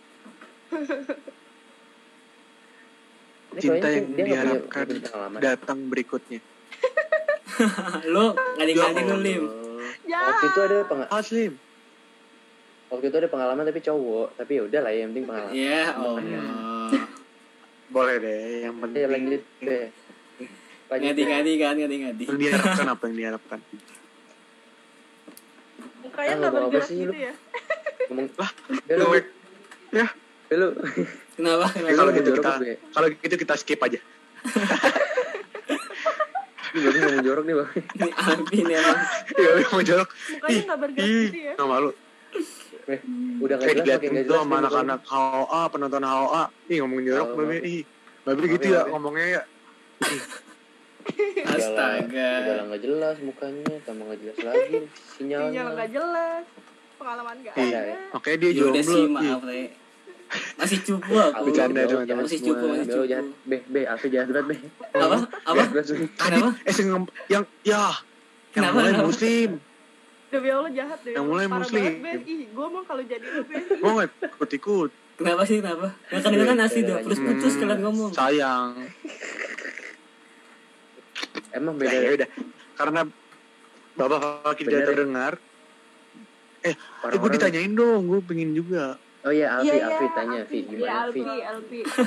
B: Ini
E: cinta
B: kayaknya dia
E: yang
B: nggak punya-
E: diharapkan
B: punya pengalaman.
E: datang berikutnya Ya
A: lu ngading-ngading lu lim.
C: Ya,
B: Waktu itu ada penga-
E: aslim
B: waktu itu ada pengalaman tapi cowok tapi ya udah lah ya, yang penting pengalaman
A: Ya
E: Iya.
A: Allah.
E: boleh deh yang
B: ya
E: penting
B: lanjut deh lanjut
A: Ngadi-ngadi kan, ngadi-ngadi.
E: yang diharapkan apa yang diharapkan
C: Mukanya
B: Ah,
C: nggak
B: ngomong apa
C: bergerak
B: sih
C: gitu
B: lu?
C: ya.
B: ngomong
E: Lah,
B: lu
E: Ngomong. ya
B: lu
A: Kenapa?
E: ya, kalau
A: Kenapa?
E: gitu
B: jorok
E: kita
B: gue.
E: kalau gitu kita skip aja
B: ini bagus ngomong jorok nih bang
A: Ini Alpi nih emang.
E: ya udah, mau jorok
C: Mukanya nggak bergerak
E: ih
C: gitu ya.
E: nggak malu
B: Weh, udah nggak jelas
E: kayak
B: makin
E: diliatin
B: nggak
E: tuh
B: jelas
E: sama
B: nih
E: anak-anak HOA penonton HOA ih ngomong jorok
B: Halo,
E: babe
B: Babe.
E: ih babe
B: Maaf
E: gitu
B: ya,
E: ya
B: Babe.
E: ngomongnya ya
B: pokoknya.
A: Astaga.
B: Udah lah, udah lah nggak jelas mukanya tambah nggak jelas lagi sinyalnya
C: Sinyal nggak jelas. Pengalaman nggak
E: Ya, Iya.
C: ada.
E: makanya dia
A: Ya
E: jomblo
A: udah sih,
E: ih.
A: maaf Le. Masih cupu aku.
E: Bercanda, teman-teman
A: Masih cupu, masih
B: Bel, jahat
A: cupu.
B: gitu. be be aku jahat banget be
A: Apa? Apa?
B: Jahat banget, Be.
A: Kenapa?
E: Adit, eh sing- yang ya yang
A: Kenapa?
E: mulai
A: Kenapa?
E: muslim
C: Demi Allah jahat deh.
E: Yang mulai
C: Parah
E: muslim.
C: banget, Ben. Ih, gue mau kalau jadi lu, Ben.
E: gue nggak ikut ikut
A: Kenapa sih kenapa? Nah, kadang kan asli dong, terus putus
E: Hmm,
A: kalian ngomong.
E: sayang
B: emang
E: ya
B: beda
E: ya udah karena bapak fakir
B: Bener
E: tidak
B: ya?
E: terdengar eh eh, gue
B: Orang-orang-
E: ditanyain dong gue pengen juga
B: oh iya Alfi
C: Iya, iya,
B: Alfi tanya Alfi
D: ya
B: gimana Alfi
D: Alpi Alpi
E: Iya,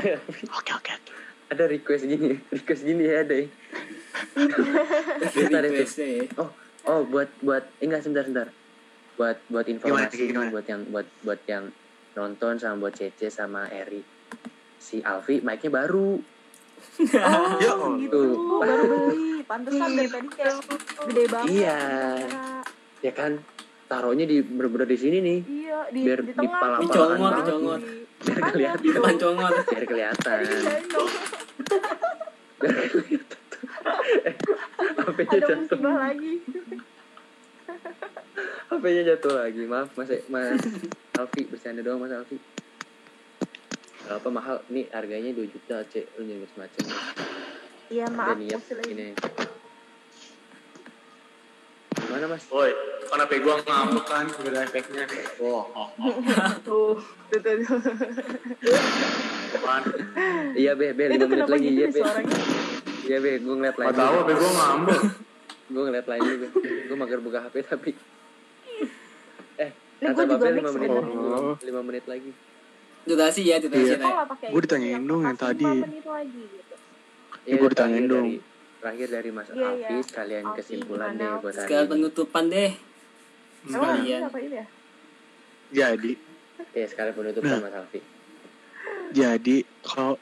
E: iya. oke oke
B: ada request gini request gini ya deh Bentar, itu.
A: Request ya.
B: Oh, oh buat buat eh, enggak sebentar sebentar. Buat buat informasi
E: Gimana, gimana?
B: buat yang buat buat yang nonton sama buat Cece sama Eri. Si Alfi mic-nya baru.
C: Oh,
E: Ya Allah.
C: gitu. Baru beli. Pantesan dari tadi kayak gede banget.
B: Iya. Ya kan? Taruhnya di bener-bener di sini nih.
C: Iya, di,
B: Biar
C: di tengah. gitu.
B: dipalak-
A: Dicongot,
C: Di-
A: dicongot.
B: Biar kelihatan.
A: Di depan congol.
B: Biar kelihatan.
C: Dikerjain dong.
B: Biar kelihatan. Eh, HP-nya
C: Ada
B: jatuh.
C: musibah lagi.
B: HP-nya jatuh lagi. Maaf Mas Mas Alfi bercanda doang Mas Alfi. Gak apa mahal nih harganya 2 juta cek lu nyebut macam
C: Iya,
B: ada
C: maaf.
B: niat
C: Muslim.
B: ini gimana mas
E: woi karena pegu ngambek kan udah ada efeknya oh oh
C: Tuh, tuh, tuh. tuh.
E: apaan
B: iya be be
C: Itu
B: lima menit
C: kenapa
B: lagi
C: gitu
B: iya
C: nih
B: be
C: suaranya?
B: iya be gue ngeliat lain
E: nggak tahu
B: dulu.
E: pegu ngambek
B: gue ngeliat lain dulu gue mager buka hp tapi eh
C: Ini
B: kata
C: gua juga
B: babe lima
C: mix
B: menit
E: sebenarnya.
B: lima- lima menit lagi
A: Durasi ya, durasi.
E: Iya.
A: Le.
E: Gua ditanyain dong yang tadi.
D: gitu.
B: Iya,
E: Gua
B: terakhir
E: ditanyain dong.
B: dari- terakhir dari mas
C: Iya, iya.
B: Alfi sekalian
C: Alfi,
B: kesimpulan deh
C: gimana?
B: buat
A: Sekalian
B: hari ini
A: penutupan deh.
C: Emang
A: Sekalian.
C: apa ini ya?
E: jadi
B: Ya sekali penutup
E: Nah.
B: sama Salvi.
E: Jadi kalau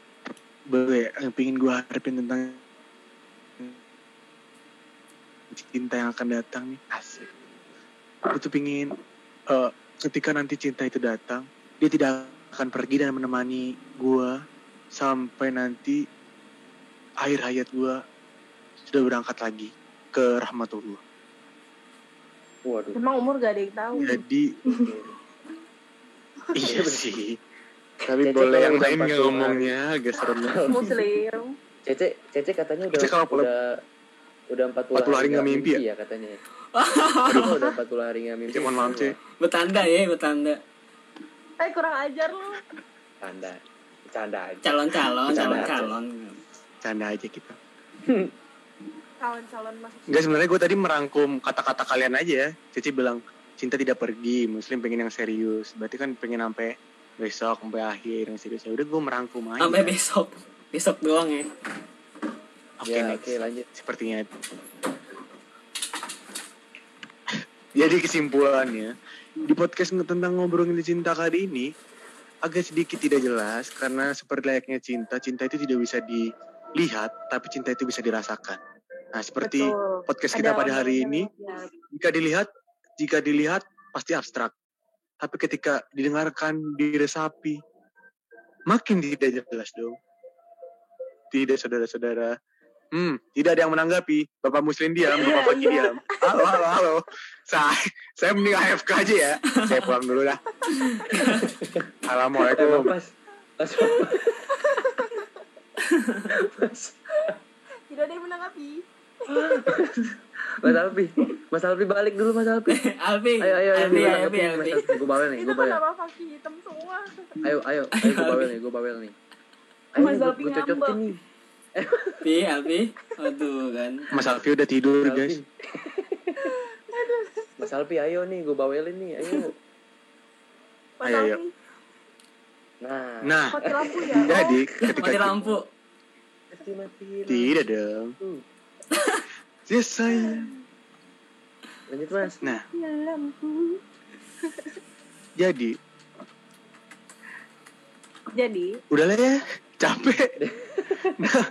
E: gue yang pingin gue harapin tentang cinta yang akan datang nih asik. Gue tuh pingin eh, ketika nanti cinta itu datang, dia tidak akan pergi dan menemani gue sampai nanti akhir hayat gue sudah berangkat lagi ke rahmatullah.
B: Waduh.
C: Emang umur gak ada yang tahu.
E: Jadi iya sih.
B: Tapi
E: Boleh yang lain nggak ngomongnya agak serem.
C: Muslim.
B: Cece, Cece katanya udah
E: Cece kalau pulang-
B: udah udah 40,
E: 40 hari nggak mimpi
B: ya katanya. ya. Aduh, udah 40 hari nggak mimpi.
E: Cek mohon maaf
B: Iya.
E: cek.
A: Betanda ya, betanda.
C: Eh kurang ajar lu.
B: Canda. Canda aja.
A: Calon-calon,
B: Bercanda,
A: calon-calon.
E: Canda aja kita.
C: Calon-calon masuk.
E: Enggak sebenarnya gue tadi merangkum kata-kata kalian aja. ya. Cici bilang cinta tidak pergi, Muslim pengen yang serius. Berarti kan pengen sampai besok sampai akhir yang serius. Ya udah gue merangkum aja.
A: Sampai besok. Besok doang ya.
E: Oke
B: Ya,
E: next.
B: oke, lanjut.
E: Sepertinya. itu. Jadi kesimpulannya di podcast nge- tentang ngobrolin cinta kali ini agak sedikit tidak jelas karena seperti layaknya cinta, cinta itu tidak bisa dilihat tapi cinta itu bisa dirasakan. Nah seperti
C: Betul.
E: podcast kita
C: Ada
E: pada hari ini
C: orang-orang yang-
E: jika dilihat jika dilihat pasti abstrak tapi ketika didengarkan diresapi makin tidak jelas dong tidak saudara-saudara hmm tidak ada yang menanggapi bapak muslim diam bapak pagi diam halo halo halo saya saya mending AFK aja ya saya pulang dulu dah
B: Emang
E: assalamualaikum
B: pas pas Mas,
C: Tidak ada yang menanggapi.
B: Mas Alpi, Mas Alpi balik dulu Mas Alpi.
A: Alfi,
B: Ayo ayo ayo
A: Alfi, Alfi,
B: gua tangkepin, Mas
A: Alfi.
B: Alpi. Gua bawel nih,
C: Itu
B: gua bawel.
C: kenapa kaki hitam semua?
B: Ayo ayo ayo gua bawel nih, gua bawel nih. Ayo
D: Mas
B: nih, gua-
D: Alpi
B: gua cocokin
D: ngambek.
B: nih.
A: Alfi, Alfi. Aduh kan.
E: Mas Alfi udah tidur
B: Mas Alpi.
E: guys
B: Mas Alpi ayo nih, gua bawelin nih, ayo.
C: Pas
E: Ayo, ayo.
C: Alfi,
B: Nah,
E: nah
C: Mati lampu ya.
E: jadi
A: Mati
E: ketika
A: lampu.
B: mati-mati.
E: tidak dong
B: Tuh,
E: yes saya
B: Lanjut Mas.
E: nah
C: Ya lampu.
E: jadi
D: Jadi,
E: udahlah ya capek nah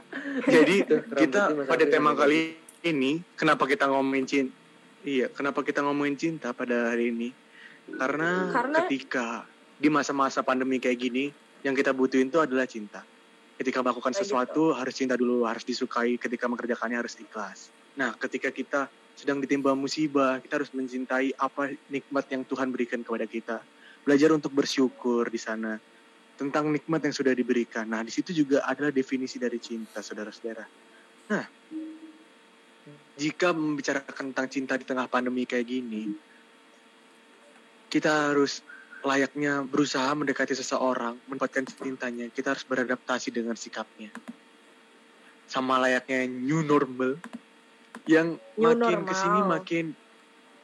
E: jadi
B: Tuh,
E: kita
B: rambutnya Mas
E: pada
B: Afri
E: tema
B: rambutnya.
E: kali ini kenapa kita ngomongin cinta iya kenapa kita ngomongin cinta pada hari ini karena,
D: Karena-
E: ketika di masa-masa pandemi kayak gini yang kita butuhin itu adalah cinta ketika melakukan
C: Kayak
E: sesuatu harus cinta dulu harus disukai ketika mengerjakannya harus ikhlas nah ketika kita sedang ditimpa musibah kita harus mencintai apa nikmat yang Tuhan berikan kepada kita belajar untuk bersyukur di sana tentang nikmat yang sudah diberikan. Nah, di situ juga adalah definisi dari cinta, saudara-saudara. Nah, jika membicarakan tentang cinta di tengah pandemi kayak gini, kita harus layaknya berusaha mendekati seseorang, mendapatkan cintanya. Kita harus beradaptasi dengan sikapnya. Sama layaknya new normal yang
C: New
E: makin
C: normal.
E: kesini makin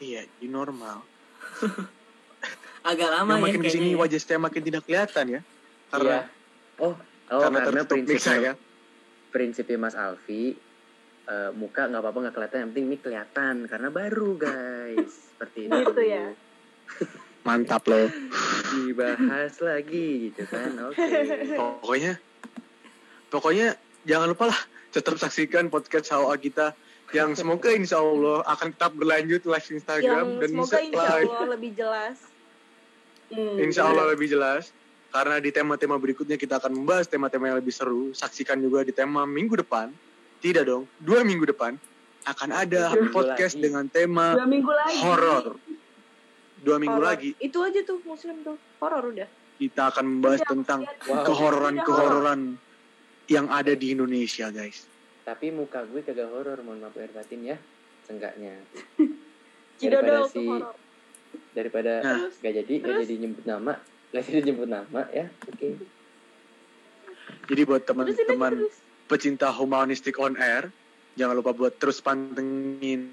E: iya new normal.
A: Agak
E: Yang
A: lama ya
E: makin kesini
A: kayaknya. ya.
E: wajah saya makin tidak kelihatan ya.
B: Iya.
E: Karena
B: Oh, oh
E: karena
B: karena,
E: tertutup mic
B: prinsipnya ya.
E: saya.
B: prinsipnya Mas Alfi eh, muka nggak apa-apa nggak kelihatan yang penting ini kelihatan karena baru guys seperti itu
C: Gitu ya.
E: Mantap loh.
B: dibahas lagi gitu kan oke
E: Pokoknya pokoknya jangan lupa lah tetap saksikan podcast HOA kita yang semoga insya Allah akan tetap berlanjut live Instagram
C: Yang
E: dan
C: semoga
E: live
C: insya Allah lebih jelas.
D: hmm,
E: Insya Allah lebih jelas karena di tema-tema berikutnya kita akan membahas tema-tema yang lebih seru. Saksikan juga di tema minggu depan. Tidak dong, dua minggu depan akan ada
B: Dua minggu
E: podcast
B: lagi.
E: dengan tema
D: dua minggu lagi.
E: horor. Dua minggu
C: Horor.
E: lagi
C: Itu aja tuh muslim tuh. Horor udah.
E: kita akan membahas
C: Iya,
E: tentang
B: wow
E: kehororan-kehororan yang ada di Indonesia, guys.
B: tapi muka gue kagak horor mohon maaf lahir batin ya seenggaknya
C: Cidodol
B: si
C: tuh horor.
B: daripada
E: Nah.
B: nggak jadi nggak
C: Terus?
B: jadi nyebut nama nggak jadi nyebut nama ya oke
E: Jadi buat
C: Terus ini
E: teman-teman
C: terus.
E: pecinta humanistik on air, jangan lupa buat terus pantengin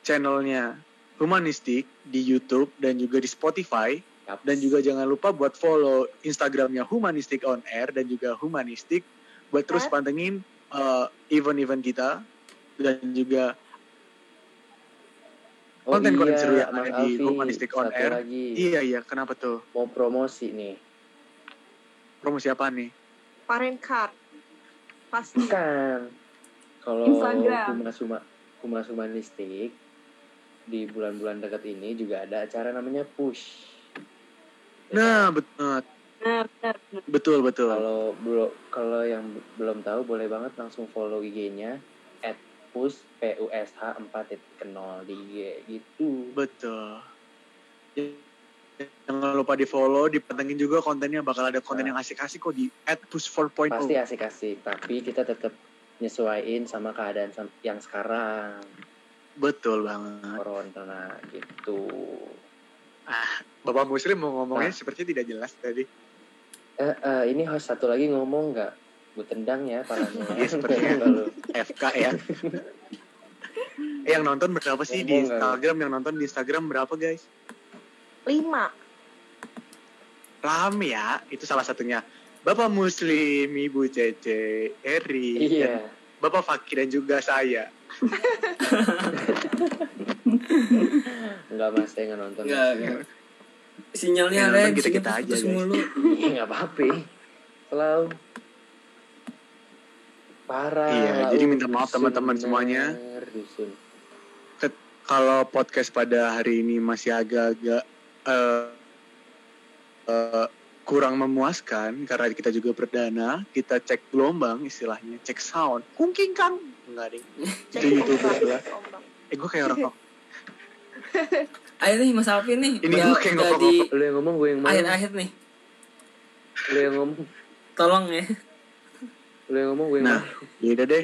E: channelnya humanistik di YouTube dan juga di Spotify
B: Kaps.
E: dan juga jangan lupa buat follow Instagramnya humanistik on air dan juga humanistik buat terus
C: Eh?
E: pantengin eh, uh, event-event kita dan juga Konten-konten
B: iya,
E: seru ya,
B: Mang
E: ada di
B: Alfi.
E: Humanistic on
B: Satu
E: Air.
B: lagi
E: Iya iya, kenapa tuh?
B: mau promosi nih.
E: Promosi apa nih?
C: Parent card. Pasti.
B: Bukan. Kalau
D: Instagram.
B: Humas Huma- Humas Humanistik di bulan-bulan dekat ini juga ada acara namanya Push.
E: Nah, betul
D: Nah, benar, benar.
E: betul betul.
B: Kalau bro, kalau yang b- belum tahu boleh banget langsung follow IG-nya @push p u s h 4.0 di IG gitu.
E: Betul. Jangan lupa di follow, dipantengin juga kontennya bakal ada konten yang asik-asik kok di @push4.0.
B: Nah. Pasti asik-asik, tapi kita tetap nyesuaiin sama keadaan sam- yang sekarang
E: Betul banget.
B: corona gitu.
E: Bapak Muslim mau ngomongnya
B: Nah.
E: sepertinya tidak jelas tadi.
B: Eh, eh, ini host satu lagi ngomong nggak? Gue tendang ya palanya.
E: Iya, sepertinya.
B: Kalau-
E: FK ya. Eh, yang nonton berapa
B: Ngomong
E: sih di
B: nggak?
E: Instagram? Yang nonton di Instagram berapa guys?
C: Lima.
E: Rame ya, itu salah satunya. Bapak Muslim, Ibu Cece, Eri, dan
B: Iya.
E: Bapak Fakir dan juga saya.
B: Enggak Mas, saya nggak nonton.
A: Enggak, enggak. Sinyalnya
E: Ya,
A: ada
E: Iya. nonton
A: bisa
E: kita-kita aja,
A: putus
E: guys.
A: mulu.
B: Iya, nggak apa-apa. Selalu parah.
E: Iya,
B: lau,
E: jadi minta maaf
B: dusun,
E: teman-teman semuanya.
B: bener, dusun.
E: Kalau podcast pada hari ini masih agak-agak eh, eh, kurang memuaskan karena kita juga perdana, kita cek gelombang istilahnya, cek sound. Kungking kan? Enggak deh.
C: Cek
E: Itu YouTuber
C: ombak,
E: ya.
C: cek ombak.
E: Eh gue kayak orang
A: Ayo nih Mas Alvin nih.
E: Ini
A: udah,
E: gue kayak
A: udah
E: ngokok-ngokok.
A: di
B: Lu yang ngomong, gue yang ngomong.
A: akhir-akhir nih.
B: Lu yang ngomong,
A: Tolong ya.
B: lu yang ngomong, gue yang
E: Nah,
B: ngomong.
E: beda deh.